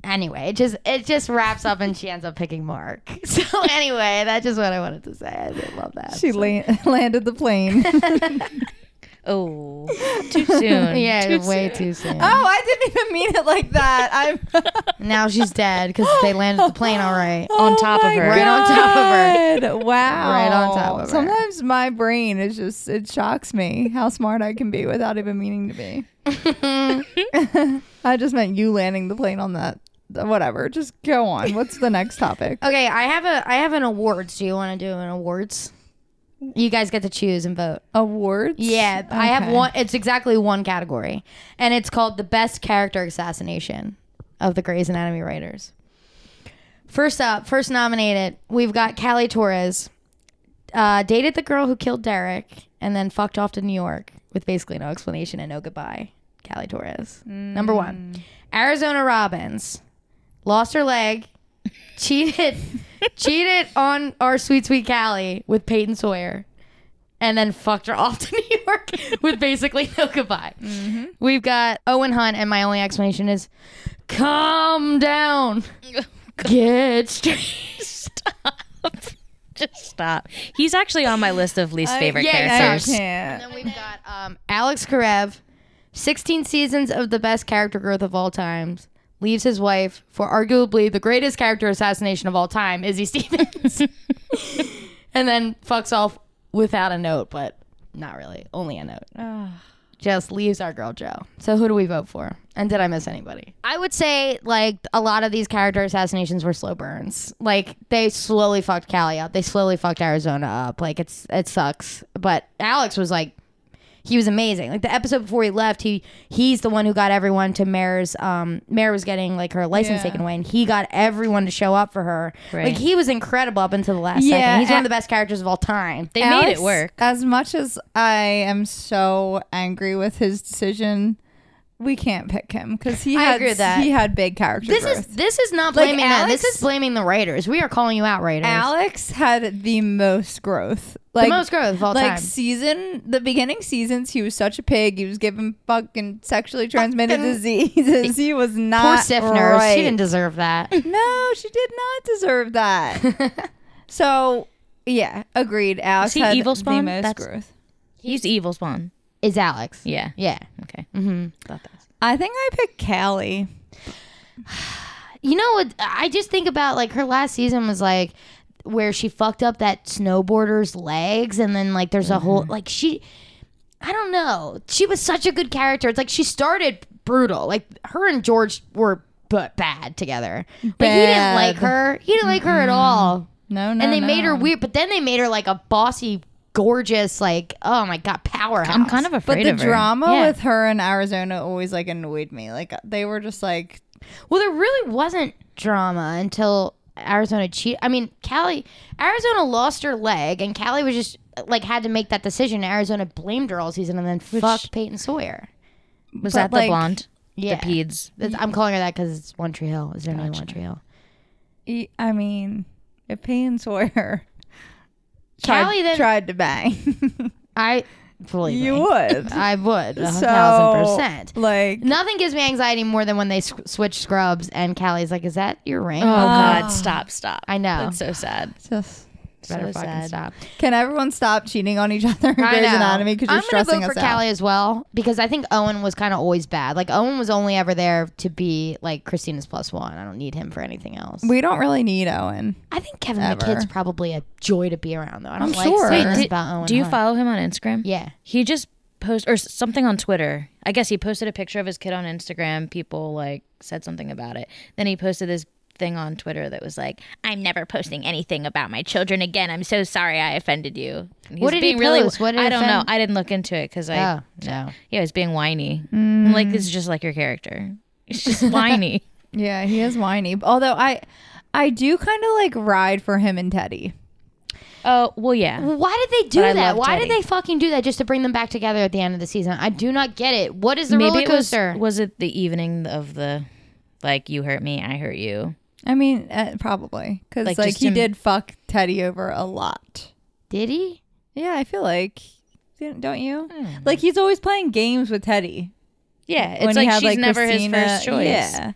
Speaker 2: anyway, it just it just wraps up, and she ends up picking Mark. <laughs> So anyway, that's just what I wanted to say. I did love that.
Speaker 1: She la- <laughs> landed the
Speaker 2: <laughs>
Speaker 1: plane. oh,
Speaker 4: Oh, <laughs> too soon.
Speaker 2: yeah,
Speaker 4: Too
Speaker 2: way
Speaker 4: soon. Oh!
Speaker 2: too soon.
Speaker 1: Oh, I didn't even mean it like that. I'm <laughs>
Speaker 2: Now she's dead because they landed the plane all right.
Speaker 4: <gasps> On top of her.
Speaker 2: Right on top of her.
Speaker 1: God. Wow.
Speaker 2: Right on top of her.
Speaker 1: Sometimes my brain is just, it shocks me how smart I can be without even meaning to <laughs> be. I just meant you landing the plane on that. Whatever. Just go on. What's the next topic?
Speaker 2: Okay, I have a I have an awards. Do you want to do an awards? You guys get to choose and vote.
Speaker 1: <laughs> Awards?
Speaker 2: Yeah, I have
Speaker 1: Okay.
Speaker 2: one. It's exactly one category, and it's called the best character assassination of the Grey's Anatomy writers. First up, first nominated, we've got Callie Torres, uh, dated the girl who killed Derek, and then fucked off to New York with basically no explanation and no goodbye. Callie Torres, number one. Arizona Robbins, lost her leg, <laughs> cheated, cheated on our sweet sweet Callie with Peyton Sawyer and then fucked her off <laughs> to New York with basically no goodbye. We've got Owen Hunt, and my only explanation is calm <laughs> down. Get straight.
Speaker 4: <laughs> Just stop. He's actually on my list of least favorite
Speaker 2: yeah, yeah,
Speaker 4: characters.
Speaker 1: Uh, I can't.
Speaker 2: And then we've got um, Alex Karev, 16 seasons of the best character growth of all times. Leaves his wife for arguably the greatest character assassination of all time, Izzy Stevens. and then fucks off without a note, but not really, only a note. Just leaves our girl Joe. So who do we vote for? And did I miss anybody? I would say like a lot of these character assassinations were slow burns. Like they slowly fucked Callie up. They slowly fucked Arizona up. Like it's it sucks. But Alex was like he was amazing. Like the episode before he left, he he's the one who got everyone to Mare's. Um, Mare was getting like her license
Speaker 1: Yeah.
Speaker 2: taken away, and he got everyone to show up for her.
Speaker 4: Right.
Speaker 2: Like he was incredible up until the last
Speaker 1: Yeah,
Speaker 2: second. He's one
Speaker 1: and-
Speaker 2: of the best characters of all time.
Speaker 4: They made
Speaker 1: Alex,
Speaker 4: it work.
Speaker 1: As much as I am so angry with his decision, we can't pick him because he
Speaker 2: I
Speaker 1: had
Speaker 2: agree with that.
Speaker 1: he had big character.
Speaker 2: this
Speaker 1: growth.
Speaker 2: is this is not
Speaker 1: Like,
Speaker 2: blaming them. This
Speaker 1: Alex-
Speaker 2: is blaming the writers. We are calling you out, writers.
Speaker 1: Alex had the most growth. Like
Speaker 2: most growth of all
Speaker 1: like
Speaker 2: time.
Speaker 1: season the beginning seasons, he was such a pig. He was given fucking sexually transmitted diseases. He was
Speaker 2: Poor
Speaker 1: not
Speaker 2: stiff nurse.
Speaker 1: right.
Speaker 2: She didn't deserve that.
Speaker 1: <laughs> No, she did not deserve that.
Speaker 2: <laughs>
Speaker 1: so yeah, agreed. Alex
Speaker 4: Is he
Speaker 1: had
Speaker 4: evil spawn?
Speaker 1: the most
Speaker 4: That's-
Speaker 1: growth.
Speaker 4: He's evil spawn.
Speaker 2: Is Alex?
Speaker 4: Yeah.
Speaker 2: Yeah.
Speaker 4: Okay.
Speaker 1: I think I picked Callie.
Speaker 2: You know what? I just think about like her last season was like where she fucked up that snowboarder's legs, and then like there's a whole
Speaker 1: Mm-hmm.
Speaker 2: like she. I don't know. She was such a good character. It's like she started brutal. Like her and George were but bad together. Like he didn't
Speaker 1: Bad.
Speaker 2: like her. He didn't like her at all.
Speaker 1: No, no.
Speaker 2: and they made her
Speaker 1: no.
Speaker 2: weird, but then they made her like a bossy, gorgeous, like oh my god, powerhouse.
Speaker 4: I'm kind of
Speaker 1: But
Speaker 4: afraid
Speaker 1: the
Speaker 4: of her.
Speaker 1: drama
Speaker 2: Yeah.
Speaker 1: with her in Arizona always like annoyed me. Like they were just like
Speaker 2: Well, there really wasn't drama until Arizona cheat. I mean, Callie, Arizona lost her leg, and Callie was just like had to make that decision. Arizona blamed her all season, and then fuck Peyton Sawyer.
Speaker 4: was
Speaker 1: but,
Speaker 4: that the
Speaker 1: like-
Speaker 4: blonde?
Speaker 2: Yeah.
Speaker 4: The peds.
Speaker 2: That's- I'm calling her that because it's One Tree Hill. Is there name One Tree Hill?
Speaker 1: E- I mean, if Payne Sawyer <laughs>
Speaker 2: Callie
Speaker 1: tried,
Speaker 2: then-
Speaker 1: tried to bang, <laughs>
Speaker 2: I believe
Speaker 1: you
Speaker 2: me.
Speaker 1: would.
Speaker 2: <laughs> I would a
Speaker 1: so,
Speaker 2: thousand percent.
Speaker 1: Like,
Speaker 2: Nothing gives me anxiety more than when they sw- switch scrubs and Callie's like, "Is that your ring?"
Speaker 4: Oh God! Stop! Stop!
Speaker 2: I know.
Speaker 4: That's so sad.
Speaker 1: just,
Speaker 2: Better
Speaker 4: so
Speaker 2: fucking
Speaker 4: sad.
Speaker 2: stop.
Speaker 1: can everyone stop cheating on each other <laughs> in Grey's
Speaker 2: know.
Speaker 1: Anatomy? Because you're
Speaker 2: I'm gonna
Speaker 1: stressing
Speaker 2: vote
Speaker 1: us
Speaker 2: for
Speaker 1: out.
Speaker 2: Callie as well because I think Owen was kind of always bad. Like Owen was only ever there to be like Christina's plus one. I don't need him for anything else.
Speaker 1: We don't really need Owen.
Speaker 2: I think Kevin
Speaker 1: Ever.
Speaker 2: McKidd's probably a joy to be around though. I don't
Speaker 1: I'm
Speaker 2: like
Speaker 1: sure.
Speaker 2: saying
Speaker 1: Wait,
Speaker 2: this
Speaker 4: Did-
Speaker 2: about Owen.
Speaker 4: do you
Speaker 2: Hunt.
Speaker 4: follow him on Instagram?
Speaker 2: Yeah.
Speaker 4: He just post or s- something on Twitter. I guess he posted a picture of his kid on Instagram. People like said something about it. Then he posted this thing on Twitter that was like, "I'm never posting anything about my children again. I'm so sorry I offended you." And he
Speaker 2: What
Speaker 4: was
Speaker 2: did he
Speaker 4: being really?
Speaker 2: post? What did
Speaker 4: I
Speaker 2: he
Speaker 4: don't know.
Speaker 2: offend?
Speaker 4: I didn't look into it because I
Speaker 2: Oh Mm. no.
Speaker 4: yeah, he's being whiny. I'm Like this is just like your character. It's
Speaker 2: <laughs>
Speaker 4: just whiny.
Speaker 1: Yeah, he is whiny. Although I, I do kind of like ride for him and Teddy.
Speaker 4: Oh well, yeah.
Speaker 2: Why did they do
Speaker 4: But I
Speaker 2: that?
Speaker 4: love
Speaker 2: Why did
Speaker 4: Teddy.
Speaker 2: they fucking do that just to bring them back together at the end of the season? I do not get it. What is the
Speaker 4: Maybe
Speaker 2: roller
Speaker 4: it was.
Speaker 2: coaster?
Speaker 4: Was it the evening of the, like you hurt me, I hurt you.
Speaker 1: I mean, uh, probably because like,
Speaker 4: Like, just
Speaker 1: he
Speaker 4: him-
Speaker 1: did fuck Teddy over a lot.
Speaker 2: did he?
Speaker 1: Yeah, I feel like don't don't you?
Speaker 2: Hmm.
Speaker 1: Like he's always playing games with Teddy.
Speaker 4: Yeah, it's
Speaker 1: when he
Speaker 4: like
Speaker 1: had,
Speaker 4: she's never
Speaker 1: Christina.
Speaker 4: his first choice.
Speaker 1: Yeah.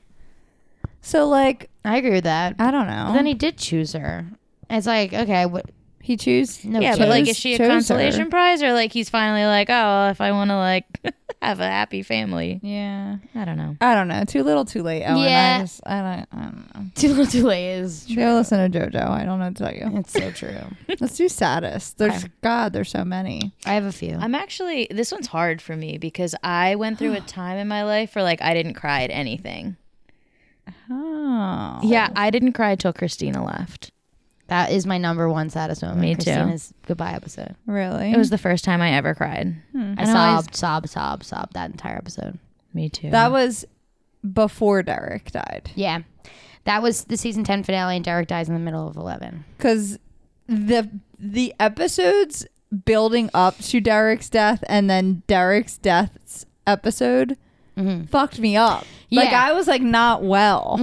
Speaker 1: So like
Speaker 2: I agree with that.
Speaker 1: I don't know.
Speaker 2: But then he did choose her. It's like okay, what?
Speaker 1: he choose.
Speaker 2: No,
Speaker 4: Yeah,
Speaker 2: choose.
Speaker 4: but like,
Speaker 1: Chose-
Speaker 4: is she a
Speaker 1: chose her.
Speaker 4: consolation prize, or like he's finally like, oh, well, if I want to like <laughs> have a happy family,
Speaker 1: Yeah.
Speaker 4: I don't know.
Speaker 1: I don't know. Too little, too late. Ellen.
Speaker 2: Yeah.
Speaker 1: I just I don't. I don't know.
Speaker 2: too little, too late is
Speaker 1: Go listen to JoJo. I don't know what to tell
Speaker 2: <laughs>
Speaker 1: you.
Speaker 2: It's so true.
Speaker 1: Let's do saddest. There's God. There's so many.
Speaker 2: I have a few.
Speaker 4: I'm actually this one's hard for me because I went <gasps> through a time in my life where like I didn't cry at anything.
Speaker 1: Oh.
Speaker 4: Yeah, I didn't cry till Christina left.
Speaker 2: That is my number one saddest moment.
Speaker 4: Me too.
Speaker 2: Christina's goodbye episode.
Speaker 1: Really?
Speaker 4: It was the first time I ever cried.
Speaker 2: I sobbed, sobbed, sobbed, sobbed that entire episode.
Speaker 4: Me too.
Speaker 1: that was before Derek died.
Speaker 2: Yeah. That was the season 10 finale, and Derek dies in the middle of 11.
Speaker 1: because the the episodes building up to Derek's death and then Derek's death's episode fucked me up. Like
Speaker 2: Mm-hmm. Yeah. Mm-hmm.
Speaker 1: I was like not well,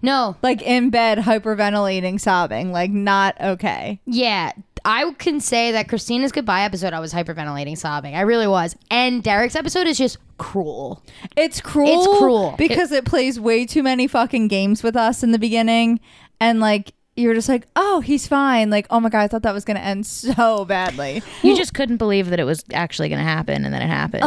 Speaker 2: No,
Speaker 1: like in bed, hyperventilating, sobbing, like not okay.
Speaker 2: yeah. I can say that Christina's goodbye episode, I was hyperventilating, sobbing. I really was. And Derek's episode is just cruel.
Speaker 1: It's cruel.
Speaker 2: It's cruel.
Speaker 1: because it, plays way too many fucking games with us in the beginning, and like. You're just like, oh, he's fine. Like, oh my god, I thought that was gonna end so badly.
Speaker 4: you just couldn't believe that it was actually going to happen, and then it happened.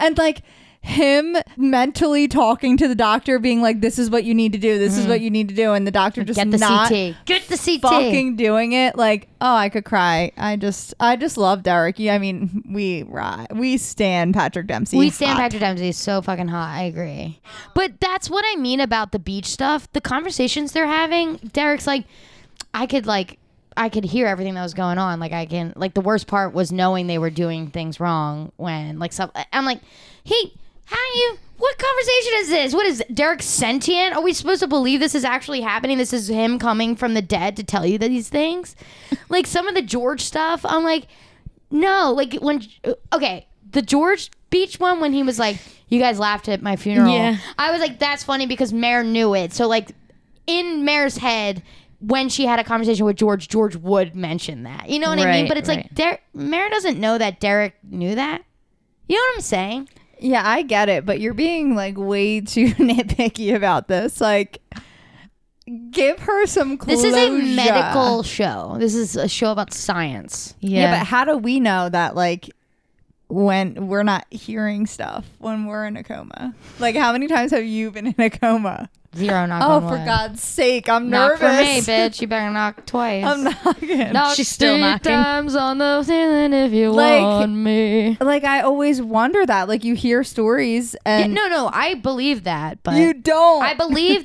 Speaker 1: and like him mentally talking to the doctor being like this is what you need to do this is what you need to do and the doctor just
Speaker 2: Mm. Get the
Speaker 1: not
Speaker 2: CT. Get the CT.
Speaker 1: fucking doing it like oh i could cry i just i just love derek Yeah, i mean we ri we stand patrick dempsey
Speaker 2: We stand
Speaker 1: Hot.
Speaker 2: Patrick Dempsey is so fucking hot. I agree. But that's what I mean about the beach stuff. The conversations they're having. Derek's like, I could like, I could hear everything that was going on. Like I can like the worst part was knowing they were doing things wrong when like stuff. I'm like, he, how do you? What conversation is this? What is Derek sentient? Are we supposed to believe this is actually happening? This is him coming from the dead to tell you these things. <laughs> like some of the George stuff, I'm like, no. Like when okay, the George Beach one when he was like, you guys laughed at my funeral.
Speaker 4: Yeah.
Speaker 2: I was like, that's funny because Mare knew it. So like in Mare's head when she had a conversation with George, George would mention that. You know what I mean?
Speaker 4: Right,
Speaker 2: But it's like
Speaker 4: right.
Speaker 2: Der- Mare doesn't know that Derek knew that. You know what I'm saying?
Speaker 1: Yeah, I get it, but you're being like way <laughs> too nitpicky about this. Like, give her some
Speaker 2: This
Speaker 1: closure.
Speaker 2: is a medical show. This is a show about science.
Speaker 1: Yeah. but how do we know that like when we're not hearing stuff when we're in a coma? Like, how many times have you been in a coma?
Speaker 2: Zero knock
Speaker 1: Oh,
Speaker 2: on
Speaker 1: for
Speaker 2: wood.
Speaker 1: God's sake, I'm
Speaker 2: Knock
Speaker 1: nervous.
Speaker 2: for me, bitch. You better knock twice.
Speaker 1: I'm knocking.
Speaker 2: Knock
Speaker 4: She's still
Speaker 2: three
Speaker 4: knocking.
Speaker 2: times on the ceiling if you
Speaker 1: Like-
Speaker 2: want me.
Speaker 1: Like, I always wonder that. Like, you hear stories
Speaker 2: Yeah,
Speaker 1: and
Speaker 2: Eh, no, no, I believe that, but
Speaker 1: you don't.
Speaker 2: I believe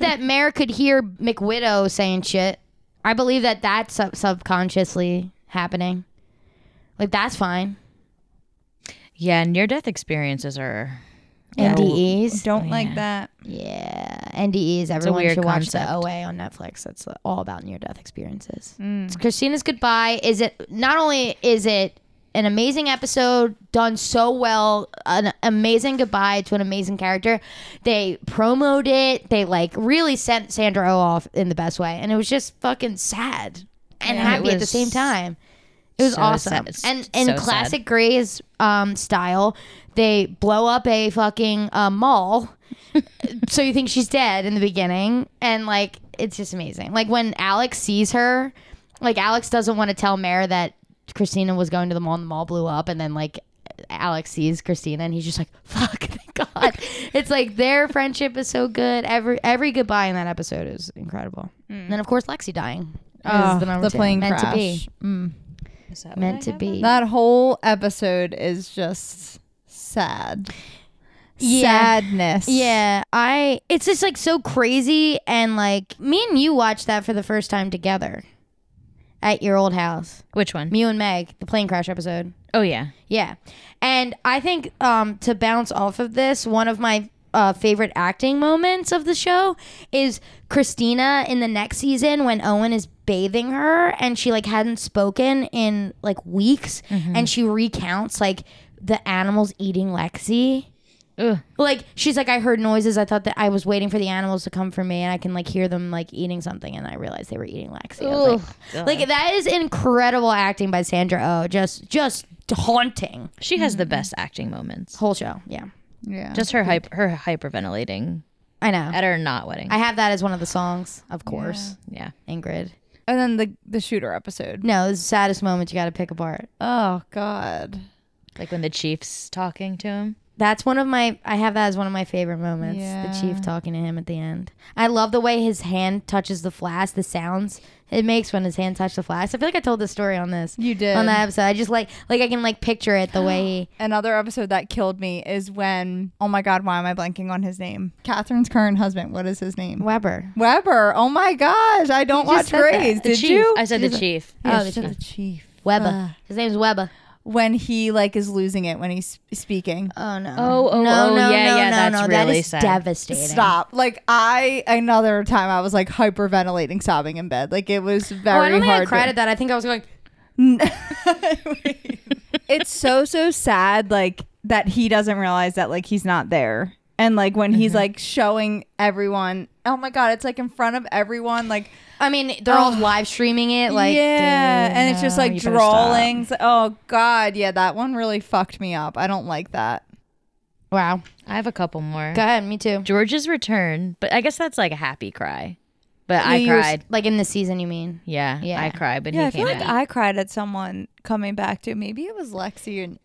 Speaker 1: <laughs>
Speaker 2: that Mare could hear McWidow saying shit. I believe that that's sub- subconsciously happening. Like that's fine.
Speaker 4: Yeah, near death experiences are. E.
Speaker 2: NDEs.
Speaker 1: don't like that.
Speaker 2: Yeah, NDEs. Everyone
Speaker 4: weird
Speaker 2: should watch
Speaker 4: concept.
Speaker 2: the OA on Netflix. That's all about near death experiences.
Speaker 4: Mm.
Speaker 2: It's Christina's Goodbye is it not only is it an amazing episode done so well, an amazing goodbye to an amazing character. They promoted it. They like really sent Sandra Oh off in the best way, and it was just fucking sad and happy at the
Speaker 4: was
Speaker 2: same time. It was
Speaker 4: so
Speaker 2: awesome.
Speaker 4: sad. It's
Speaker 2: And in
Speaker 4: so
Speaker 2: classic Grey's um, style, they blow up a fucking uh,
Speaker 4: <laughs>
Speaker 2: mall so you think she's dead in the beginning and like it's just amazing like when alex sees her like alex doesn't want to tell mare that christina was going to the mall and the mall blew up and then like alex sees christina and he's just like fuck <laughs> thank god it's like their friendship is so good every every goodbye in that episode is incredible
Speaker 4: Mm.
Speaker 2: and then of course lexi dying
Speaker 1: Oh,
Speaker 4: Ah,
Speaker 2: is the number
Speaker 1: the
Speaker 2: two.
Speaker 1: plane
Speaker 2: meant
Speaker 1: crash.
Speaker 2: to be meant to be
Speaker 1: That whole episode is just sad.
Speaker 2: Yeah.
Speaker 1: Sadness.
Speaker 2: Yeah, I. It's just like so crazy, and like me and you watched that for the first time together at your old house.
Speaker 4: Which one?
Speaker 2: Me and Meg, the plane crash episode.
Speaker 4: Oh yeah.
Speaker 2: Yeah, and I think um, to bounce off of this, one of my uh, favorite acting moments of the show is Christina in the next season when Owen is bathing her and she like hadn't spoken in like weeks, and she recounts like the animals eating Lexi.
Speaker 4: Ugh.
Speaker 2: Like she's like, I heard noises. I thought that I was waiting for the animals to come for me, and I can like hear them like eating something, and I realized they were eating Lexi. I was like, like that is incredible acting by Sandra Oh, just just haunting
Speaker 4: She has the best acting moments.
Speaker 2: Mm. whole show. Yeah,
Speaker 1: Yeah.
Speaker 4: Just her hype, her hyperventilating
Speaker 2: I know.
Speaker 4: at her not wedding.
Speaker 2: I have that as one of the songs, of course.
Speaker 4: yeah.
Speaker 2: Ingrid.
Speaker 1: and then the the shooter episode.
Speaker 2: No, the saddest moment you got to pick apart.
Speaker 1: Oh God.
Speaker 4: Like when the chief's talking to him.
Speaker 2: That's one of my. I have that as one of my favorite moments. The
Speaker 1: Yeah.
Speaker 2: chief talking to him at the end. I love the way his hand touches the flask. The sounds it makes when his hand touches the flask. I feel like I told this story on this.
Speaker 1: You did.
Speaker 2: on that episode. I just like like I can like picture it the <gasps> way
Speaker 1: Another episode that killed me is when oh my God, why am I blanking on his name? Catherine's current husband. What is his name?
Speaker 2: he Weber.
Speaker 1: Weber. Oh my gosh, I don't watch
Speaker 2: said that.
Speaker 1: Grays.
Speaker 4: The
Speaker 1: Did
Speaker 4: chief.
Speaker 1: you?
Speaker 4: I said the chief.
Speaker 1: Yeah, she
Speaker 2: the
Speaker 1: said
Speaker 2: chief.
Speaker 1: chief.
Speaker 2: Weber.
Speaker 1: Uh,
Speaker 2: His name's Weber.
Speaker 1: when he like is losing it when he's speaking.
Speaker 2: Oh no.
Speaker 4: Oh, oh,
Speaker 2: no,
Speaker 4: oh,
Speaker 2: no,
Speaker 4: yeah,
Speaker 2: no,
Speaker 4: yeah,
Speaker 2: no,
Speaker 4: that's
Speaker 2: no. that
Speaker 4: really
Speaker 2: is
Speaker 4: sad.
Speaker 2: devastating.
Speaker 1: Stop. Like I another time I was like hyperventilating, sobbing in bed. Like it was very
Speaker 2: Oh, I don't think
Speaker 1: hard.
Speaker 2: I
Speaker 1: to-
Speaker 2: cried at that. I think I was going.
Speaker 1: <laughs> it's so so sad like that he doesn't realize that like he's not there and like when he's like showing everyone oh my god it's like in front of everyone like
Speaker 2: I mean, they're
Speaker 4: Oh.
Speaker 2: all live streaming it. Like,
Speaker 1: yeah and it's just like
Speaker 4: you better stop.
Speaker 1: drawings oh god yeah that one really fucked me up i don't like that
Speaker 2: wow.
Speaker 4: I have a couple more.
Speaker 2: Go ahead. Me too.
Speaker 4: George's return, but I guess that's like a happy cry. But I
Speaker 2: You were s-
Speaker 4: cried.
Speaker 2: like in the season, you mean?
Speaker 4: yeah,
Speaker 2: Yeah.
Speaker 4: I cried. But he came back.
Speaker 1: i cried at someone coming back to maybe it was lexi and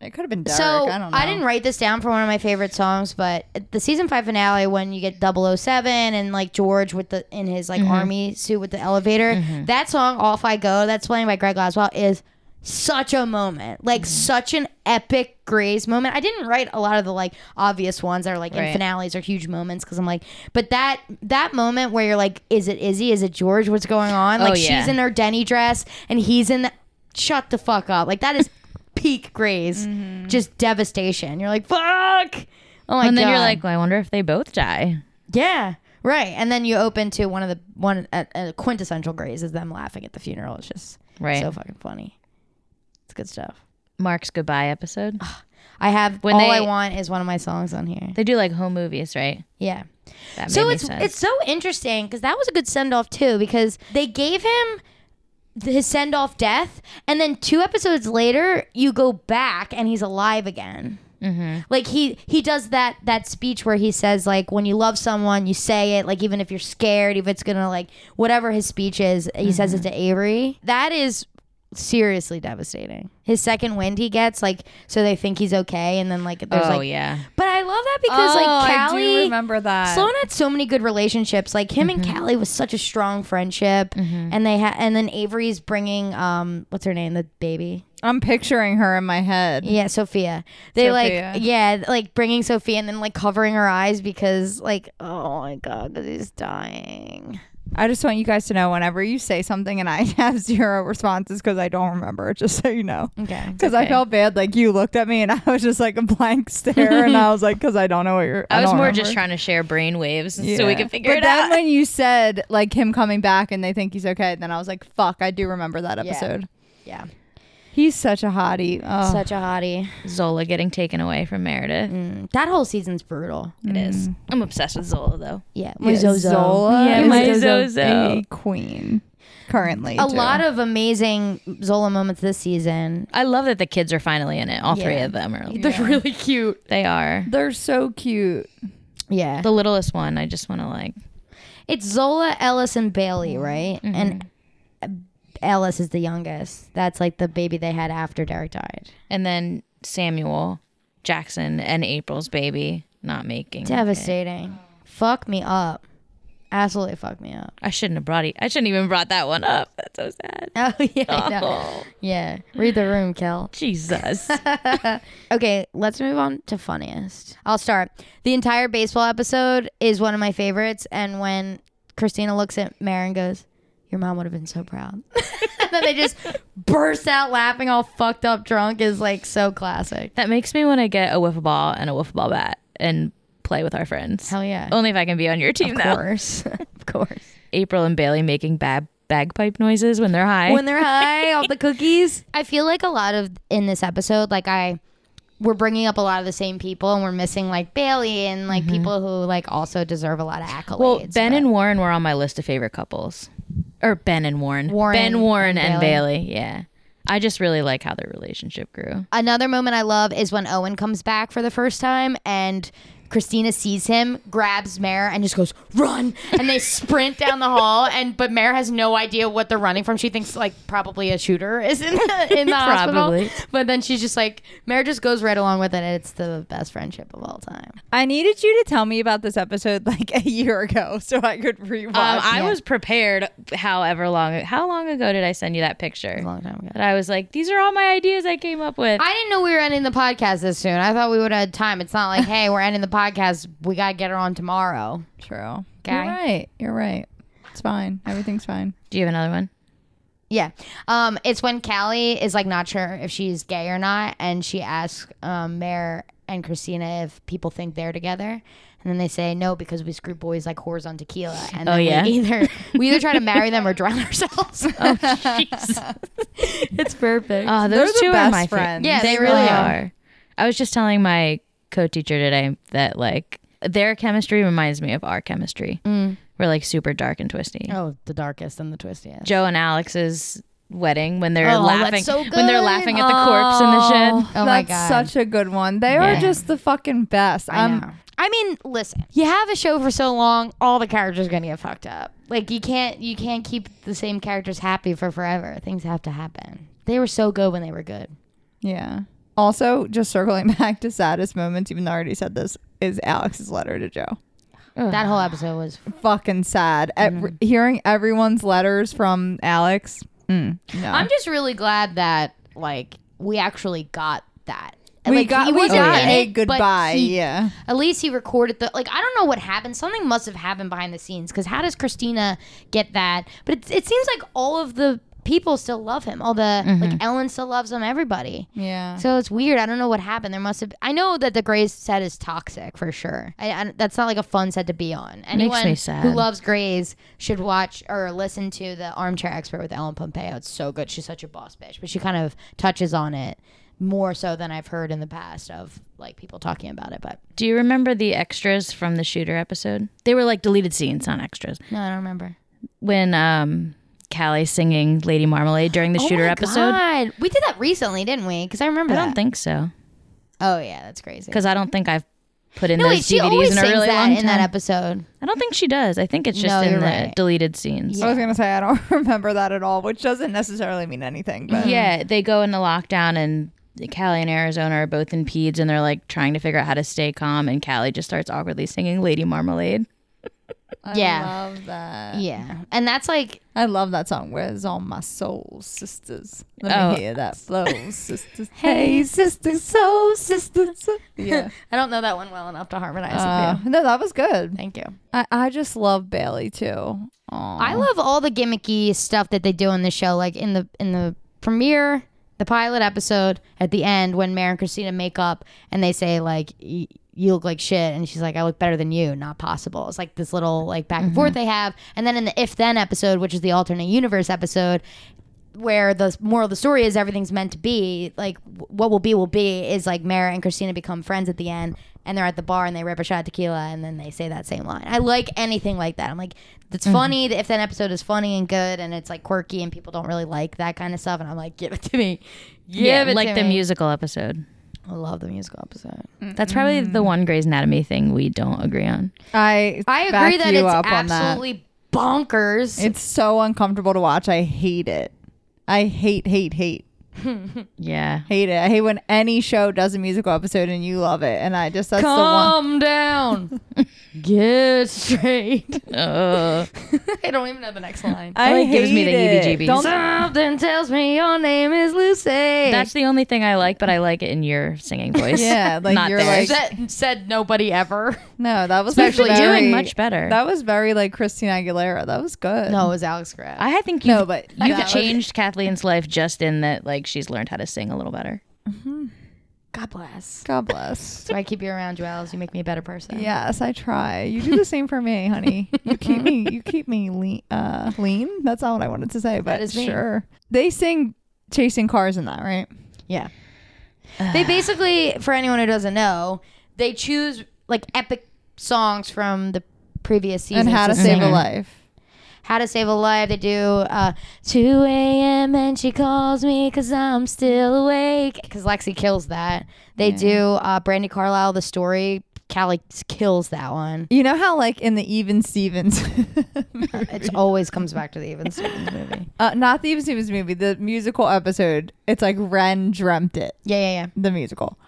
Speaker 1: it could have been
Speaker 2: So didn't write this down for one of my favorite songs, but at the season five finale when you get 007 and like George with the in his like army suit with the elevator, that song "Off I Go" that's playing by Greg Glaswell is such a moment, like such an epic Grace moment. I didn't write a lot of the like obvious ones that are like in
Speaker 4: Right.
Speaker 2: finales or huge moments because I'm like, but that that moment where you're like, is it Izzy? Is it George? What's going on?
Speaker 4: Oh,
Speaker 2: Like
Speaker 4: yeah.
Speaker 2: she's in her Denny dress and he's in. The, shut the fuck up! Like that
Speaker 4: <laughs>
Speaker 2: is peak Grace,
Speaker 4: Mm-hmm.
Speaker 2: just devastation. You're like, fuck. Oh my god.
Speaker 4: and then you're like, well, I wonder if they both die.
Speaker 2: Yeah, right. And then you open to one of the one a, a quintessential Grays is them laughing at the funeral. It's just
Speaker 4: Right.
Speaker 2: so fucking funny. It's good stuff.
Speaker 4: Mark's goodbye episode.
Speaker 2: I have
Speaker 4: When
Speaker 2: all I
Speaker 4: they-
Speaker 2: want is one of my songs on here.
Speaker 4: They do like home movies, right?
Speaker 2: Yeah.
Speaker 4: That
Speaker 2: So
Speaker 4: made me
Speaker 2: it's
Speaker 4: sad.
Speaker 2: it's so interesting because that was a good send off too because they gave him th- his send off death and then two episodes later you go back and he's alive again. Mm-hmm. Like he he does that that speech where he says like when you love someone you say it like even if you're scared if it's gonna like whatever his speech is he says
Speaker 4: Mm-hmm.
Speaker 2: it to Avery. That is seriously devastating. His second wind he gets like so they think he's okay and then like there's
Speaker 4: oh
Speaker 2: like
Speaker 4: yeah. Oh,
Speaker 2: But I love that because like Callie
Speaker 1: Oh, I do remember that.
Speaker 2: Sloan had so many good relationships. Like him and Callie was such a strong friendship, and they had, and then Avery's bringing um, what's her name, the baby,
Speaker 1: I'm picturing her in my head.
Speaker 2: yeah, Sophia. They
Speaker 1: Sophia.
Speaker 2: like, yeah, like bringing Sophia and then like covering her eyes because like, oh my god, because he's dying.
Speaker 1: I just want you guys to know whenever you say something and I <laughs> have zero responses because I don't remember, just so you know.
Speaker 2: Okay.
Speaker 1: Because I felt bad, like you looked at me and <laughs> I was just like a blank stare, and I was like, because I don't know what you're.
Speaker 4: I, was
Speaker 1: don't
Speaker 4: more
Speaker 1: remember.
Speaker 4: just trying to share brain waves so
Speaker 1: Yeah.
Speaker 4: we could figure
Speaker 1: but
Speaker 4: it
Speaker 1: then
Speaker 4: out.
Speaker 1: when you said like him coming back and they think he's okay, then I was like, fuck, I do remember that episode.
Speaker 2: Yeah,
Speaker 1: He's such a hottie. Oh,
Speaker 2: such a hottie.
Speaker 4: Zola getting taken away from Meredith.
Speaker 2: That whole season's brutal.
Speaker 4: It is. I'm obsessed with Zola though.
Speaker 2: Yeah,
Speaker 1: yeah, Zola
Speaker 4: Yeah,
Speaker 1: is
Speaker 4: my
Speaker 1: a-
Speaker 4: Zozo.
Speaker 1: a queen currently.
Speaker 2: A lot of amazing Zola moments this season.
Speaker 4: I love that the kids are finally in it. All three
Speaker 2: Yeah.
Speaker 4: of them are.
Speaker 2: They're really cute.
Speaker 4: They are.
Speaker 1: they're so cute.
Speaker 2: Yeah.
Speaker 4: The littlest one. I just want to like.
Speaker 2: It's Zola, Ellis, and Bailey, right? And uh, Ellis is the youngest. That's like the baby they had after Derek died.
Speaker 4: And then Samuel, Jackson, and April's baby not making. it.
Speaker 2: Devastating. Fuck me up. Absolutely fuck me up.
Speaker 4: I shouldn't have brought. It. I shouldn't even brought that one up. That's so sad.
Speaker 2: <laughs> Oh yeah, I know. <laughs> yeah. Read the room, Kel. <laughs>
Speaker 4: Jesus.
Speaker 2: Okay, let's move on to funniest. I'll start. The entire baseball episode is one of my favorites, and when Christina looks at Mare and goes, "Your mom would have been so proud," <laughs> and then they just <laughs> burst out laughing, all fucked up, drunk, is like so classic.
Speaker 4: that makes me want to get a wiffle ball and a wiffle ball bat and play with our friends.
Speaker 2: Hell yeah.
Speaker 4: Only if I can be on your team
Speaker 2: Of
Speaker 4: though.
Speaker 2: course. <laughs> of course.
Speaker 4: April and Bailey making bad bagpipe noises when they're high.
Speaker 2: When they're high off the cookies. <laughs> I feel like a lot of in this episode, like I, we're bringing up a lot of the same people and we're missing like Bailey and like people who like also deserve a lot of accolades.
Speaker 4: well, Ben
Speaker 2: but-
Speaker 4: and Warren were on my list of favorite couples. Or Ben and Warren.
Speaker 2: Warren
Speaker 4: ben Warren
Speaker 2: and
Speaker 4: and, Bailey. Yeah. I just really like how their relationship grew.
Speaker 2: Another moment I love is when Owen comes back for the first time and Christina sees him, grabs Mare, and just goes, run. And they sprint down the hall. And but Mare has no idea what they're running from. She thinks like probably a shooter is in the in the
Speaker 4: Probably.
Speaker 2: hospital. But then she's just like Mare just goes right along with it. And it's the best friendship of all time.
Speaker 1: I needed you to tell me about this episode like a year ago <laughs> so I could rewatch.
Speaker 4: Um, I was prepared however long how long ago did I send you that picture?
Speaker 2: A long time ago.
Speaker 4: That I was like, these are all my ideas I came up with.
Speaker 2: I didn't know we were ending the podcast this soon. I thought we would have had time. It's not like, hey, we're ending the podcast. We gotta get her on tomorrow.
Speaker 1: True.
Speaker 2: Okay.
Speaker 1: You're right. You're right. It's fine. Everything's fine.
Speaker 4: Do you have another one?
Speaker 2: Yeah. Um, it's when Callie is like not sure if she's gay or not, and she asks um, Mare and Christina if people think they're together. And then they say no because we screw boys like whores on tequila. And
Speaker 4: Oh,
Speaker 2: then
Speaker 4: yeah?
Speaker 2: we
Speaker 4: <laughs>
Speaker 2: either we either try to marry them or drown <laughs> ourselves. it's perfect.
Speaker 4: Oh, those
Speaker 1: the
Speaker 4: two are
Speaker 1: best
Speaker 4: my
Speaker 1: friends.
Speaker 4: friends.
Speaker 2: Yeah, they really
Speaker 4: are. I was just telling my co-teacher today that like their chemistry reminds me of our chemistry. We're like super dark and twisty.
Speaker 2: Mm. oh, the darkest and the twistiest.
Speaker 4: Joe and Alex's wedding when they're
Speaker 2: Oh,
Speaker 4: laughing
Speaker 2: that's so
Speaker 4: when they're
Speaker 2: good.
Speaker 4: laughing at the corpse in the shed.
Speaker 2: Oh my
Speaker 1: That's
Speaker 2: god.
Speaker 1: such a good one. They are
Speaker 4: Yeah.
Speaker 1: just the fucking best.
Speaker 2: I
Speaker 1: Um,
Speaker 2: know. I mean, listen. You have a show for so long, all the characters are gonna get fucked up. Like you can't you can't keep the same characters happy for forever. Things have to happen. They were so good when they were good.
Speaker 1: Yeah. Also, just circling <laughs> back to saddest moments, even though I already said this, is Alex's letter to Joe.
Speaker 2: That whole episode was.
Speaker 1: Fucking sad. Ev- hearing everyone's letters from Alex. Mm, no.
Speaker 2: I'm just really glad that like we actually got that.
Speaker 1: We
Speaker 2: Like,
Speaker 1: got-
Speaker 2: he
Speaker 1: we
Speaker 2: wasn't
Speaker 1: got
Speaker 2: in
Speaker 1: a
Speaker 2: it, but
Speaker 1: goodbye,
Speaker 2: he-
Speaker 1: yeah.
Speaker 2: At least he recorded the like. I don't know what happened. Something must have happened behind the scenes because how does Christina get that? But it, it seems like all of the people still love him. All the
Speaker 4: Mm-hmm.
Speaker 2: like Ellen still loves him. Everybody.
Speaker 1: Yeah.
Speaker 2: So it's weird. I don't know what happened. There must have. I know that the Grays set is toxic for sure. I, I, that's not like a fun set to be on. Anyone
Speaker 4: me sad.
Speaker 2: who loves Grays should watch or listen to the Armchair Expert with Ellen Pompeo. It's so good. She's such a boss bitch, but she kind of touches on it more so than I've heard in the past of like people talking about it. But
Speaker 4: Do you remember the extras from the shooter episode? They were like deleted scenes, not extras.
Speaker 2: no, I don't remember.
Speaker 4: When um Callie singing Lady Marmalade during the shooter
Speaker 2: Oh my
Speaker 4: episode?
Speaker 2: God. We did that recently, didn't we? Because I remember
Speaker 4: I
Speaker 2: that.
Speaker 4: don't think so.
Speaker 2: oh yeah, that's crazy.
Speaker 4: Because I don't think I've put in
Speaker 2: no,
Speaker 4: those
Speaker 2: wait, she
Speaker 4: DVDs
Speaker 2: always
Speaker 4: in a
Speaker 2: sings
Speaker 4: really
Speaker 2: that
Speaker 4: long
Speaker 2: in that
Speaker 4: time.
Speaker 2: episode.
Speaker 4: I don't think she does. I think it's just
Speaker 2: No,
Speaker 4: in the
Speaker 2: you're right.
Speaker 4: deleted scenes.
Speaker 1: I was gonna say I don't <laughs> remember that at all, which doesn't necessarily mean anything. But
Speaker 4: Yeah, Um, they go into lockdown and Callie and Arizona are both in peds and they're like trying to figure out how to stay calm and Callie just starts awkwardly singing Lady Marmalade.
Speaker 2: yeah,
Speaker 1: love that.
Speaker 2: yeah, and that's like
Speaker 1: I love that song. Where's all my soul sisters? Let
Speaker 4: Oh.
Speaker 1: me hear that flow, <laughs> sisters. Hey, sisters, soul sisters. Yeah.
Speaker 2: <laughs> I don't know that one well enough to harmonize.
Speaker 1: Uh,
Speaker 2: with you.
Speaker 1: no, that was good.
Speaker 2: Thank you.
Speaker 1: I, I just love Bailey too. Aw.
Speaker 2: I love all the gimmicky stuff that they do on the show, like in the in the premiere, the pilot episode, at the end when Mary and Christina make up and they say like, y- "You look like shit," and she's like, "I look better than you." Not possible. It's like this little like back and forth they have, and then in the If Then episode, which is the alternate universe episode. Where the moral of the story is everything's meant to be, like w- what will be will be, is like Mara and Christina become friends at the end, and they're at the bar and they rip a shot of tequila and then they say that same line. I like anything like that. I'm like, it's funny if that episode is funny and good and it's like quirky and people don't really like that kind of stuff. And I'm like, give it to me. Give it
Speaker 4: like
Speaker 2: to
Speaker 4: the
Speaker 2: me.
Speaker 4: musical episode.
Speaker 2: I love the musical episode.
Speaker 4: That's probably the one Grey's Anatomy thing we don't agree on.
Speaker 1: I
Speaker 2: I
Speaker 1: back
Speaker 2: agree that
Speaker 1: you
Speaker 2: it's
Speaker 1: up on that.
Speaker 2: absolutely bonkers.
Speaker 1: It's so uncomfortable to watch. I hate it. I hate, hate, hate,
Speaker 4: Yeah.
Speaker 1: hate it. I hate when any show does a musical episode and you love it, and I just that's the one.
Speaker 2: Calm down. <laughs> Get straight.
Speaker 4: Uh,
Speaker 2: I don't even know the next line.
Speaker 1: I
Speaker 4: it gives me the
Speaker 1: E
Speaker 4: E heebie-jeebies.
Speaker 2: Something tells me your name is Lucy.
Speaker 4: that's the only thing I like, but I like it in
Speaker 2: <laughs>
Speaker 4: your singing voice.
Speaker 1: Yeah, like
Speaker 4: Not
Speaker 1: you're
Speaker 4: theirs.
Speaker 1: like
Speaker 2: that said nobody ever.
Speaker 1: no, that was
Speaker 4: You've been
Speaker 1: actually very,
Speaker 4: doing much better.
Speaker 1: That was very like Christina Aguilera. That was good.
Speaker 2: <laughs> No, it was Alex Grab.
Speaker 4: I think you
Speaker 1: no, but
Speaker 4: you've
Speaker 1: that was-
Speaker 4: changed Kathleen's life just in that like she's learned how to sing a little better.
Speaker 2: God bless.
Speaker 1: God bless.
Speaker 2: So I keep you around, Joelle. You make me a better person.
Speaker 1: Yes, I try. You
Speaker 4: <laughs>
Speaker 1: do the same for me, honey. You keep me, you keep me lean. Uh, lean. That's not what I wanted to say, but
Speaker 2: is mean.
Speaker 1: sure. They sing "Chasing Cars" in that, right?
Speaker 2: <sighs> Yeah. they basically, for anyone who doesn't know, they choose like epic songs from the previous season.
Speaker 1: and how to save a life.
Speaker 2: How to Save a Life. They do uh, 2 a.m. and she calls me because I'm still awake. Because Lexi kills that. They do uh, Brandy Carlisle, The Story. Callie kills that <laughs> one.
Speaker 1: You know how like in the Even Stevens, <laughs>
Speaker 2: It always comes back to the Even Stevens movie.
Speaker 1: uh, not the Even Stevens movie, the musical episode. It's like Ren dreamt it.
Speaker 2: Yeah, yeah,
Speaker 1: The musical.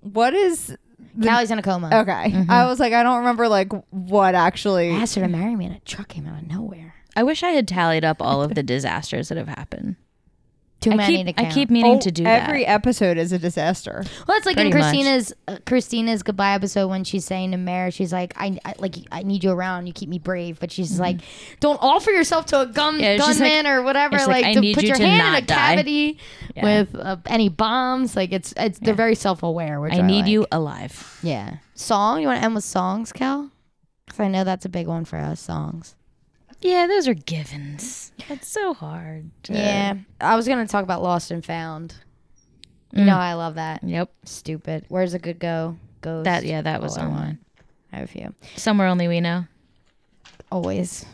Speaker 1: What is?
Speaker 2: yeah. Callie's in a coma.
Speaker 1: Okay,
Speaker 4: Mm-hmm.
Speaker 1: I was like, I don't remember like what actually.
Speaker 2: Asked her to marry me and it truck came out of nowhere.
Speaker 4: I wish I had tallied up
Speaker 2: <laughs>
Speaker 4: all of the disasters that have happened.
Speaker 2: Too
Speaker 4: I
Speaker 2: many
Speaker 4: keep,
Speaker 2: to count.
Speaker 4: I keep meaning
Speaker 1: Oh,
Speaker 4: to do that.
Speaker 1: every episode is a disaster.
Speaker 2: Well, it's like in
Speaker 4: Pretty much.
Speaker 2: Christina's uh, Christina's goodbye episode when she's saying to Mare, she's like, "I, I like I need you around. You keep me brave." But she's like, "Don't offer yourself to a gun
Speaker 4: Mm-hmm. Yeah, she's
Speaker 2: gunman
Speaker 4: like-
Speaker 2: or whatever.
Speaker 4: she's
Speaker 2: Like,
Speaker 4: like, "I
Speaker 2: to
Speaker 4: need
Speaker 2: put
Speaker 4: you
Speaker 2: your
Speaker 4: to
Speaker 2: hand
Speaker 4: not
Speaker 2: in a
Speaker 4: die."
Speaker 2: cavity
Speaker 4: Yeah.
Speaker 2: with uh, any bombs. Like it's it's they're very self aware.
Speaker 4: I need you alive.
Speaker 2: Yeah. Song. You want to end with songs, Cal? Because I know that's a big one for us. Songs.
Speaker 4: Yeah, those are givens. That's so hard. to-
Speaker 2: Yeah. I was gonna talk about Lost and Found. You know I love that.
Speaker 4: Mm. Yep.
Speaker 2: Stupid. Where's a good go? Goes.
Speaker 4: That yeah, that was
Speaker 2: all I
Speaker 4: on
Speaker 2: want.
Speaker 4: one.
Speaker 2: I have a few.
Speaker 4: Somewhere only we know.
Speaker 2: Always.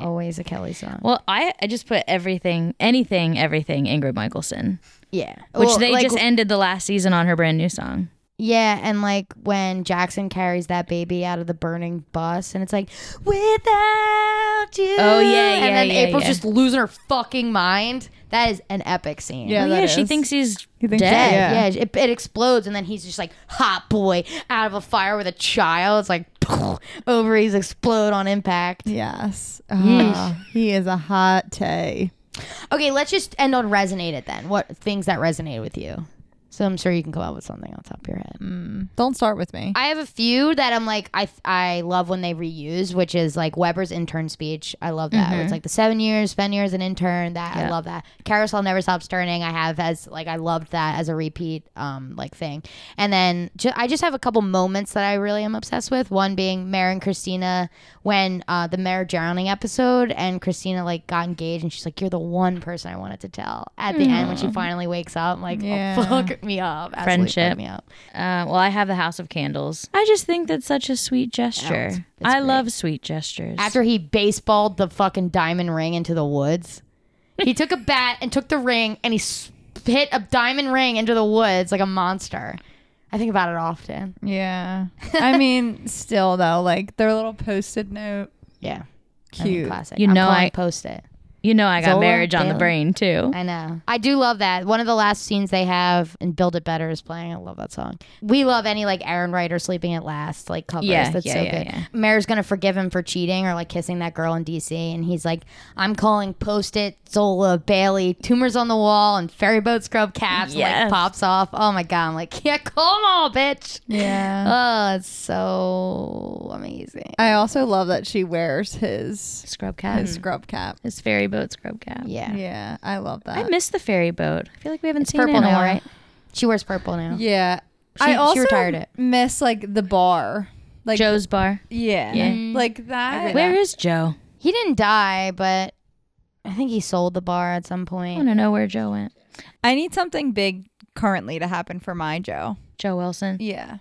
Speaker 2: Always a Kelly song.
Speaker 4: Well, I, I just put everything, anything, everything Ingrid Michaelson,
Speaker 2: yeah.
Speaker 4: which
Speaker 2: Well,
Speaker 4: they
Speaker 2: like-
Speaker 4: just ended the last season on her brand new song.
Speaker 2: Yeah, and like when Jackson carries that baby out of the burning bus and it's like, without you.
Speaker 4: Oh, yeah, yeah,
Speaker 2: And then
Speaker 4: yeah,
Speaker 2: April's
Speaker 4: yeah.
Speaker 2: just losing her fucking mind. That is an epic scene.
Speaker 1: Yeah,
Speaker 4: Oh,
Speaker 1: that
Speaker 4: yeah, she
Speaker 1: is.
Speaker 4: thinks he's
Speaker 1: thinks-
Speaker 4: dead.
Speaker 1: Yeah.
Speaker 2: Yeah, it, it explodes, and then he's just like hot boy out of a fire with a child. It's like <laughs> ovaries explode on impact.
Speaker 1: Yes. Ah, he is a hot tay.
Speaker 2: Okay, let's just end on resonate it then. What things that resonate with you? So I'm sure you can come up with something on top of your head.
Speaker 1: Don't start with me.
Speaker 2: I have a few that I'm like I I love when they reuse, which is like Weber's intern speech. I love that. It's like the seven years, spend years an intern. That I love that. Carousel never stops turning. I have as like I loved that as a repeat um like thing. And then ju- I just have a couple moments that I really am obsessed with. One being Mare and Christina when uh the Mare drowning episode and Christina like got engaged and she's like you're the one person I wanted to tell at the end when she finally wakes up. I'm like oh, fuck me up. Absolutely fuck
Speaker 4: Friendship.
Speaker 2: me up.
Speaker 4: Uh, well, I have the House of Candles. I just think that's such a sweet gesture.
Speaker 2: it's
Speaker 4: I
Speaker 2: great.
Speaker 4: love sweet gestures.
Speaker 2: after he baseballed the fucking diamond ring into the woods. He
Speaker 4: <laughs>
Speaker 2: took a bat and took the ring and he s- hit a diamond ring into the woods like a monster. I think about it often.
Speaker 1: Yeah. I mean, still though, like their little post-it note,
Speaker 2: Yeah. I mean,
Speaker 1: cute.
Speaker 2: Classic.
Speaker 4: You
Speaker 2: I'm
Speaker 4: know
Speaker 2: calling
Speaker 4: I-
Speaker 2: post it.
Speaker 4: you know, I got
Speaker 2: Zola
Speaker 4: marriage on the
Speaker 2: Bailey.
Speaker 4: brain too.
Speaker 2: I know. I do love that. One of the last scenes they have in Build It Better is playing. I love that song. We love any like Aaron Ryder sleeping at last like covers.
Speaker 4: Yeah,
Speaker 2: That's
Speaker 4: yeah,
Speaker 2: so
Speaker 4: yeah,
Speaker 2: good.
Speaker 4: yeah.
Speaker 2: Mayor's gonna forgive him for cheating or like kissing that girl in DC, and he's like, "I'm calling Post It, Zola, Bailey, tumors on the wall, and ferry boat scrub caps." and,
Speaker 4: Yes.
Speaker 2: like pops off. Oh my god! I'm like, yeah, call 'em all, bitch.
Speaker 1: Yeah.
Speaker 2: Oh, it's so amazing.
Speaker 1: I also love that she wears his
Speaker 4: Scrub cap.
Speaker 1: his
Speaker 4: His,
Speaker 1: scrub cap.
Speaker 4: ferry boat scrub cap.
Speaker 2: Yeah,
Speaker 1: Yeah, I love that.
Speaker 4: I miss the ferry boat. I feel like we haven't seen it
Speaker 2: purple
Speaker 4: in a
Speaker 2: now,
Speaker 4: while.
Speaker 2: right? She wears purple now.
Speaker 1: yeah.
Speaker 2: She-
Speaker 1: I
Speaker 2: she
Speaker 1: also
Speaker 2: retired it.
Speaker 1: miss like the bar. Like
Speaker 4: Joe's bar.
Speaker 1: Yeah. Like that.
Speaker 4: Where is Joe?
Speaker 2: He didn't die, but I think he sold the bar at some
Speaker 4: I
Speaker 2: point.
Speaker 4: want to know where Joe went.
Speaker 1: I need something big currently to happen for my Joe.
Speaker 4: Joe Wilson.
Speaker 1: Yeah.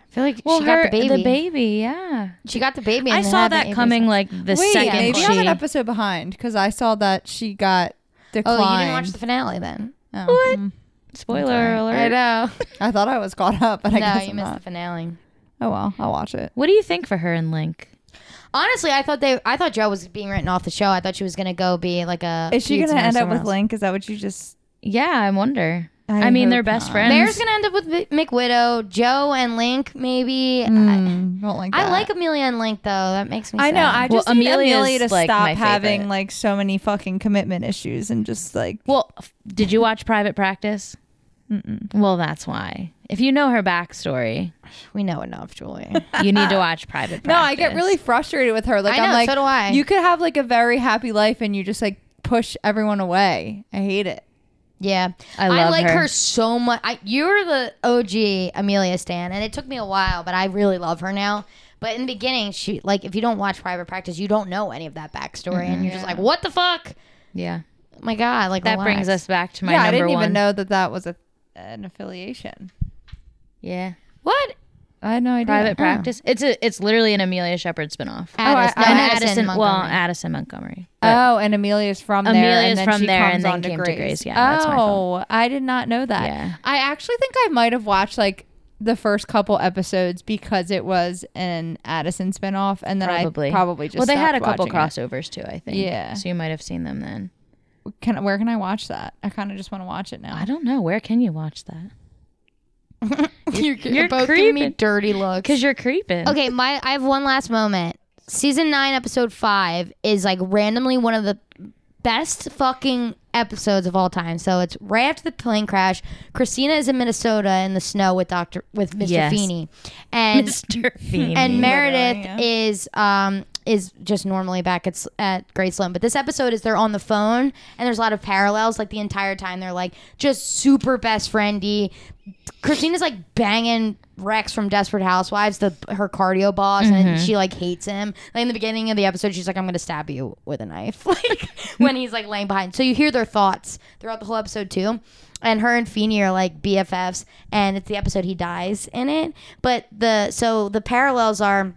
Speaker 2: I feel like
Speaker 4: Well,
Speaker 2: she
Speaker 4: her
Speaker 2: got the baby.
Speaker 4: yeah.
Speaker 2: She got the baby. And
Speaker 4: I
Speaker 2: then
Speaker 4: saw
Speaker 2: had the
Speaker 4: that
Speaker 2: baby.
Speaker 4: coming like the
Speaker 1: Wait,
Speaker 4: second
Speaker 1: maybe
Speaker 4: she.
Speaker 1: I'm an episode behind because I saw that she got
Speaker 2: Oh,
Speaker 1: declined.
Speaker 2: you didn't watch the finale then?
Speaker 1: Oh,
Speaker 4: What?
Speaker 1: mm.
Speaker 4: Spoiler alert.
Speaker 2: I know.
Speaker 1: I thought I was caught up, but <laughs> I
Speaker 2: no,
Speaker 1: guess
Speaker 2: you
Speaker 1: I'm
Speaker 2: missed
Speaker 1: not.
Speaker 2: the finale.
Speaker 1: Oh well, I'll watch it.
Speaker 4: What do you think for her and Link?
Speaker 2: Honestly, I thought they. I thought Joe was being written off the show. I thought she was gonna go be like a.
Speaker 1: Is she
Speaker 2: feud
Speaker 1: gonna
Speaker 2: singer
Speaker 1: end up
Speaker 2: somewhere
Speaker 1: with
Speaker 2: else.
Speaker 1: Link? Is that what you just?
Speaker 4: Yeah, I wonder.
Speaker 1: I
Speaker 4: I, mean, they're
Speaker 1: hope
Speaker 4: best
Speaker 1: not.
Speaker 4: friends.
Speaker 2: Mayor's gonna end up with Mi- McWidow, Joe and Link maybe. I,
Speaker 1: Mm, don't like.
Speaker 2: I
Speaker 1: that.
Speaker 2: like Amelia and Link though. That makes me.
Speaker 1: I know.
Speaker 2: sad.
Speaker 1: I
Speaker 4: Well,
Speaker 1: just need
Speaker 4: Amelia's,
Speaker 1: Amelia to
Speaker 4: like,
Speaker 1: stop
Speaker 4: my
Speaker 1: having
Speaker 4: favorite.
Speaker 1: like so many fucking commitment issues and just like.
Speaker 4: Well, f- did you watch Private Practice? Well, that's why. If you know her backstory,
Speaker 2: we know enough, Julie.
Speaker 4: you need to watch Private
Speaker 1: <laughs>
Speaker 4: Practice.
Speaker 1: No, I get really frustrated with her. Like
Speaker 2: I know,
Speaker 1: am like,
Speaker 2: so do I.
Speaker 1: You could have like a very happy life and you just like push everyone away. I hate it.
Speaker 2: Yeah,
Speaker 4: I love
Speaker 2: like her,
Speaker 4: her.
Speaker 2: so much. I, you're the OG Amelia Stan, and it took me a while, but I really love her now. But in the beginning, she like if you don't watch Private Practice, you don't know any of that backstory, and you're just like, what the fuck?
Speaker 4: Yeah.
Speaker 2: Oh my god, like
Speaker 4: Mm-hmm. That
Speaker 2: relax.
Speaker 4: brings us back to my
Speaker 1: yeah,
Speaker 4: number
Speaker 1: I didn't
Speaker 4: one.
Speaker 1: even know that that was a, an affiliation.
Speaker 4: Yeah.
Speaker 2: what?
Speaker 1: I had no idea.
Speaker 4: Private Practice. It's a it's literally an Amelia Shepherd spinoff.
Speaker 2: Addis-
Speaker 4: No,
Speaker 2: no,
Speaker 4: Addison,
Speaker 2: Addison
Speaker 4: well,
Speaker 2: Montgomery.
Speaker 4: Oh, Addison Montgomery.
Speaker 1: Oh, and Amelia's from there. and
Speaker 4: Amelia's
Speaker 1: then
Speaker 4: from
Speaker 1: she
Speaker 4: there
Speaker 1: comes
Speaker 4: and then
Speaker 1: on
Speaker 4: came to
Speaker 1: Grace.
Speaker 4: Grace. Yeah, that's my
Speaker 1: oh, I did not know that.
Speaker 4: Yeah.
Speaker 1: I actually think I might have watched like the first couple episodes because it was an Addison spinoff, and then
Speaker 4: probably.
Speaker 1: I probably just
Speaker 4: Well, they had a
Speaker 1: stopped
Speaker 4: couple
Speaker 1: watching it.
Speaker 4: crossovers too, I think.
Speaker 1: Yeah.
Speaker 4: So you might have seen them then.
Speaker 1: Can where can I watch that? I kind of just want to watch it now.
Speaker 4: I don't know. Where can you watch that?
Speaker 2: <laughs> You're,
Speaker 4: you're
Speaker 2: both giving me
Speaker 4: creeping.
Speaker 2: dirty looks.
Speaker 4: Because you're creeping.
Speaker 2: okay, my I have one last moment. Season nine, episode five is like randomly one of the best fucking episodes of all time. So it's right after the plane crash. Christina is in Minnesota in the snow with Doctor with Mr.
Speaker 4: Yes.
Speaker 2: Feeney,
Speaker 4: <laughs>
Speaker 2: and
Speaker 4: Mr. Feeney.
Speaker 2: and Meredith is um is just normally back at s- at Graceland, but this episode is they're on the phone and there's a lot of parallels. Like the entire time they're like just super best friendy. Christina's like banging Rex from Desperate Housewives, the her cardio boss, and she like hates him. Like in the beginning of the episode, she's like, "I'm gonna stab you with a knife," <laughs> like when he's like laying behind. So you hear their thoughts throughout the whole episode too. And her and Feeney are like BFFs, and it's the episode he dies in it. But the so the parallels are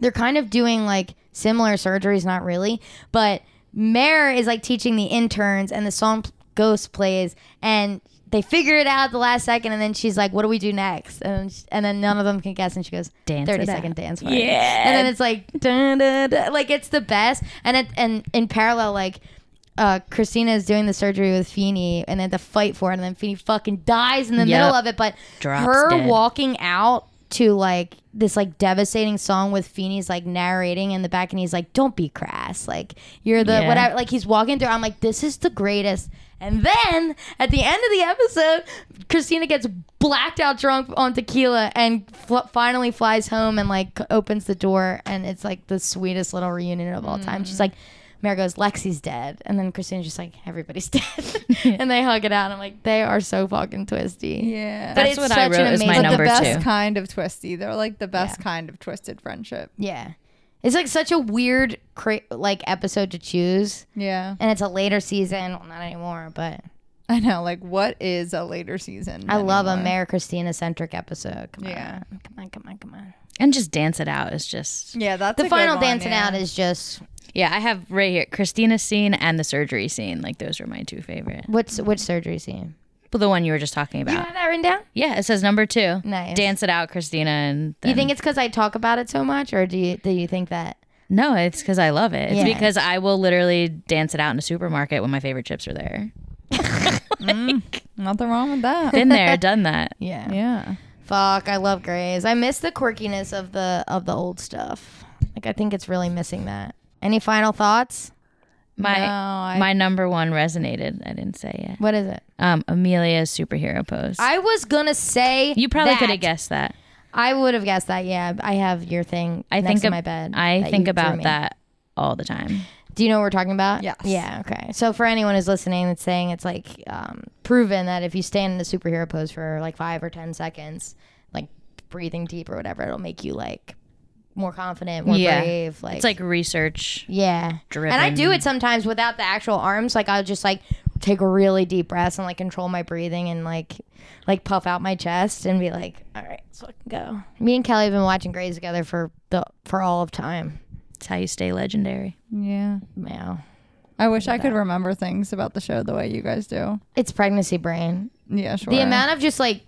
Speaker 2: they're kind of doing like similar surgeries, not really, but Mare is like teaching the interns and the song Ghost plays and they figure it out at the last second and then she's like, What do we do next? And sh- and then none of them can guess and she goes,
Speaker 4: Dance
Speaker 2: "Thirty second
Speaker 4: it
Speaker 2: dance party. Yeah. And then it's like dun, dun, dun. like it's the best. And it and in parallel, like uh, Christina is doing the surgery with Feeney and they have to fight for it and then Feeney fucking dies in the
Speaker 4: Yep.
Speaker 2: middle of it. But
Speaker 4: Drops
Speaker 2: her
Speaker 4: dead.
Speaker 2: walking out to like this like devastating song with Feeney's like narrating in the back and he's like, Don't be crass. Like you're the
Speaker 4: Yeah.
Speaker 2: whatever like he's walking through. I'm like, this is the greatest. And then at the end of the episode, Christina gets blacked out drunk on tequila and fl- finally flies home and like c- opens the door and it's like the sweetest little reunion of all time. She's like, Mary goes, Lexi's dead. And then Christina's just like, everybody's <laughs> dead. and they hug it out. I'm like, they are so fucking twisty.
Speaker 1: Yeah.
Speaker 2: But
Speaker 4: That's
Speaker 2: it's
Speaker 4: what
Speaker 2: such
Speaker 4: I
Speaker 2: an
Speaker 4: wrote as my
Speaker 2: amazing-
Speaker 1: but
Speaker 4: number
Speaker 1: the best
Speaker 4: two.
Speaker 1: kind of twisty. They're like the best kind of twisted friendship.
Speaker 2: Yeah. It's like such a weird cra- like episode to choose.
Speaker 1: Yeah. <laughs>
Speaker 2: And it's a later season. Well, not anymore, but
Speaker 1: I know. Like, what is a later season?
Speaker 2: I love a
Speaker 1: anymore?
Speaker 2: Mayor Christina centric episode. Come
Speaker 1: Yeah.
Speaker 2: on. Come on, come on, come on.
Speaker 4: and just dance it out is just
Speaker 1: Yeah, that's a
Speaker 2: The
Speaker 1: good
Speaker 2: final
Speaker 1: one,
Speaker 2: dancing
Speaker 1: yeah.
Speaker 2: out is just
Speaker 4: yeah. I have right here Christina's scene and the surgery scene. Like those are my two favorite.
Speaker 2: what's which surgery scene?
Speaker 4: Well, the one you were just talking
Speaker 2: You
Speaker 4: about.
Speaker 2: have that written down?
Speaker 4: Yeah, it says number two.
Speaker 2: Nice.
Speaker 4: Dance it out, Christina. And
Speaker 2: You
Speaker 4: then-
Speaker 2: think it's because I talk about it so much, or do you do you think that?
Speaker 4: no? It's because I love it. It's
Speaker 2: Yeah.
Speaker 4: because I will literally dance it out in a supermarket when my favorite chips are there.
Speaker 1: Nothing wrong with
Speaker 4: <laughs>
Speaker 1: that.
Speaker 2: <laughs>
Speaker 4: Been there, done that.
Speaker 2: Yeah.
Speaker 1: yeah.
Speaker 2: Fuck, I love Grays. I miss the quirkiness of the of the old stuff. Like I think it's really missing that. Any final thoughts?
Speaker 4: My
Speaker 1: No, I-
Speaker 4: my number one resonated. I didn't say it.
Speaker 2: What is it?
Speaker 4: Um, Amelia's superhero pose.
Speaker 2: I was gonna say
Speaker 4: you probably
Speaker 2: that.
Speaker 4: could have guessed that.
Speaker 2: I would have guessed that. Yeah, I have your thing.
Speaker 4: I
Speaker 2: next
Speaker 4: think
Speaker 2: to
Speaker 4: ab-
Speaker 2: my bed.
Speaker 4: I
Speaker 2: that
Speaker 4: think
Speaker 2: you drew
Speaker 4: about
Speaker 2: me.
Speaker 4: that all the time.
Speaker 2: Do you know what we're talking about?
Speaker 1: Yes.
Speaker 2: Yeah. Okay. So for anyone who's listening and saying it's like um, proven that if you stand in a superhero pose for like five or ten seconds, like breathing deep or whatever, it'll make you like more confident, more
Speaker 4: Yeah.
Speaker 2: brave. Like
Speaker 4: It's like research.
Speaker 2: yeah. And I do it sometimes without the actual arms. Like I'll just like take really deep breaths and like control my breathing and like like puff out my chest and be like, all right, let's fucking go. Me and Kelly have been watching Grays together for the for all of time.
Speaker 4: It's how you stay legendary.
Speaker 1: Yeah.
Speaker 2: Wow.
Speaker 1: I wish I could remember things about the show the way you guys do.
Speaker 2: It's pregnancy brain.
Speaker 1: Yeah, sure.
Speaker 2: The amount of just like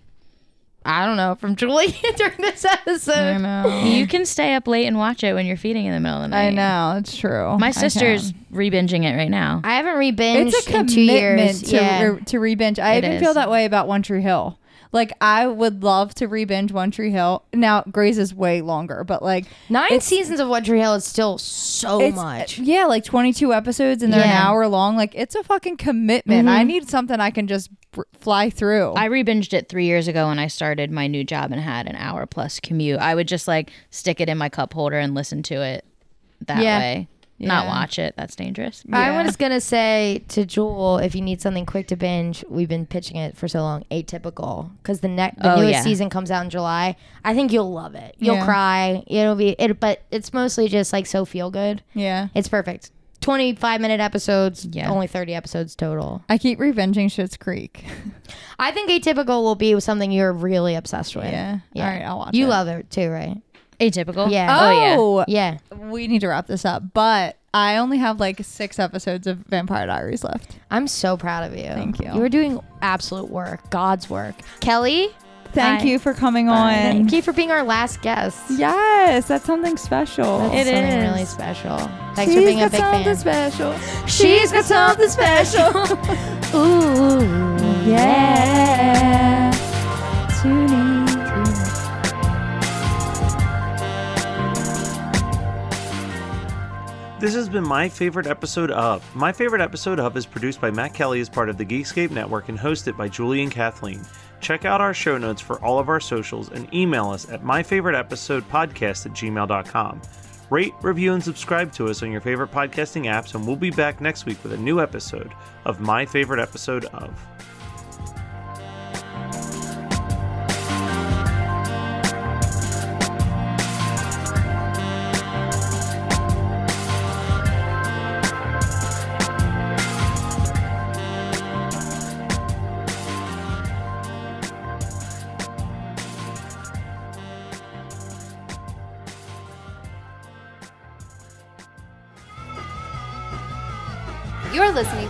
Speaker 2: I don't know from Julia <laughs> during this
Speaker 1: I
Speaker 2: episode.
Speaker 1: know.
Speaker 4: You can stay up late and watch it when you're feeding in the middle of the night.
Speaker 1: I know. It's true.
Speaker 4: My
Speaker 1: I
Speaker 4: sister's
Speaker 1: can.
Speaker 4: re-binging it right now.
Speaker 2: I haven't rebinged
Speaker 1: It's a
Speaker 2: in
Speaker 1: commitment
Speaker 2: two years.
Speaker 1: to
Speaker 2: yeah.
Speaker 1: re- to rebinge. I
Speaker 4: It
Speaker 1: even
Speaker 4: is.
Speaker 1: feel that way about One Tree Hill. Like I would love to rebinge One Tree Hill. Now Grey's is way longer, but like
Speaker 2: Nine seasons of One Tree Hill is still so
Speaker 1: it's
Speaker 2: much.
Speaker 1: yeah, like twenty two episodes and they're an
Speaker 2: Yeah. Mm-hmm.
Speaker 1: hour long. Like it's a fucking commitment. I need something I can just br- fly through.
Speaker 4: I re-binged it three years ago when I started my new job and had an hour plus commute. I would just like stick it in my cup holder and listen to it that
Speaker 2: Yeah. Uh,
Speaker 4: way, not watch it. That's dangerous.
Speaker 2: I was gonna say to Jewel, if you need something quick to binge, we've been pitching it for so long. Atypical, because the next the
Speaker 4: Oh,
Speaker 2: newest
Speaker 4: yeah.
Speaker 2: season comes out in July. I think you'll love it. You'll
Speaker 1: Yeah.
Speaker 2: cry. It'll be it, but it's mostly just like so feel good.
Speaker 1: yeah.
Speaker 2: It's perfect. Twenty five minute episodes.
Speaker 4: Yeah.
Speaker 2: only thirty episodes total.
Speaker 1: I keep revenging Shit's Creek. <laughs>
Speaker 2: I think Atypical will be something you're really obsessed with.
Speaker 1: Yeah. All right, I'll watch
Speaker 2: You
Speaker 1: it.
Speaker 2: love it too, right?
Speaker 4: Atypical.
Speaker 2: Yeah.
Speaker 4: Oh,
Speaker 1: Oh,
Speaker 2: Yeah.
Speaker 1: we need to wrap this up, but I only have like six episodes of Vampire Diaries left.
Speaker 2: I'm so proud of you.
Speaker 1: Thank you.
Speaker 2: You are doing absolute work, God's work. Kelly,
Speaker 1: Thank
Speaker 2: Bye.
Speaker 1: you for coming on.
Speaker 2: thank you for being our last guest.
Speaker 1: Yes, that's something special.
Speaker 2: It is something really special. Thanks for being a big fan.
Speaker 1: special.
Speaker 2: She's got something special. <laughs> Ooh, yeah. Tune in.
Speaker 5: This has been my favorite episode of. My favorite episode of is produced by Matt Kelly as part of the Geekscape Network and hosted by Julie and Kathleen. Check out our show notes for all of our socials and email us at myfavoriteepisodepodcast at gmail.com. Rate, review, and subscribe to us on your favorite podcasting apps, and we'll be back next week with a new episode of My Favorite Episode of.
Speaker 6: You're listening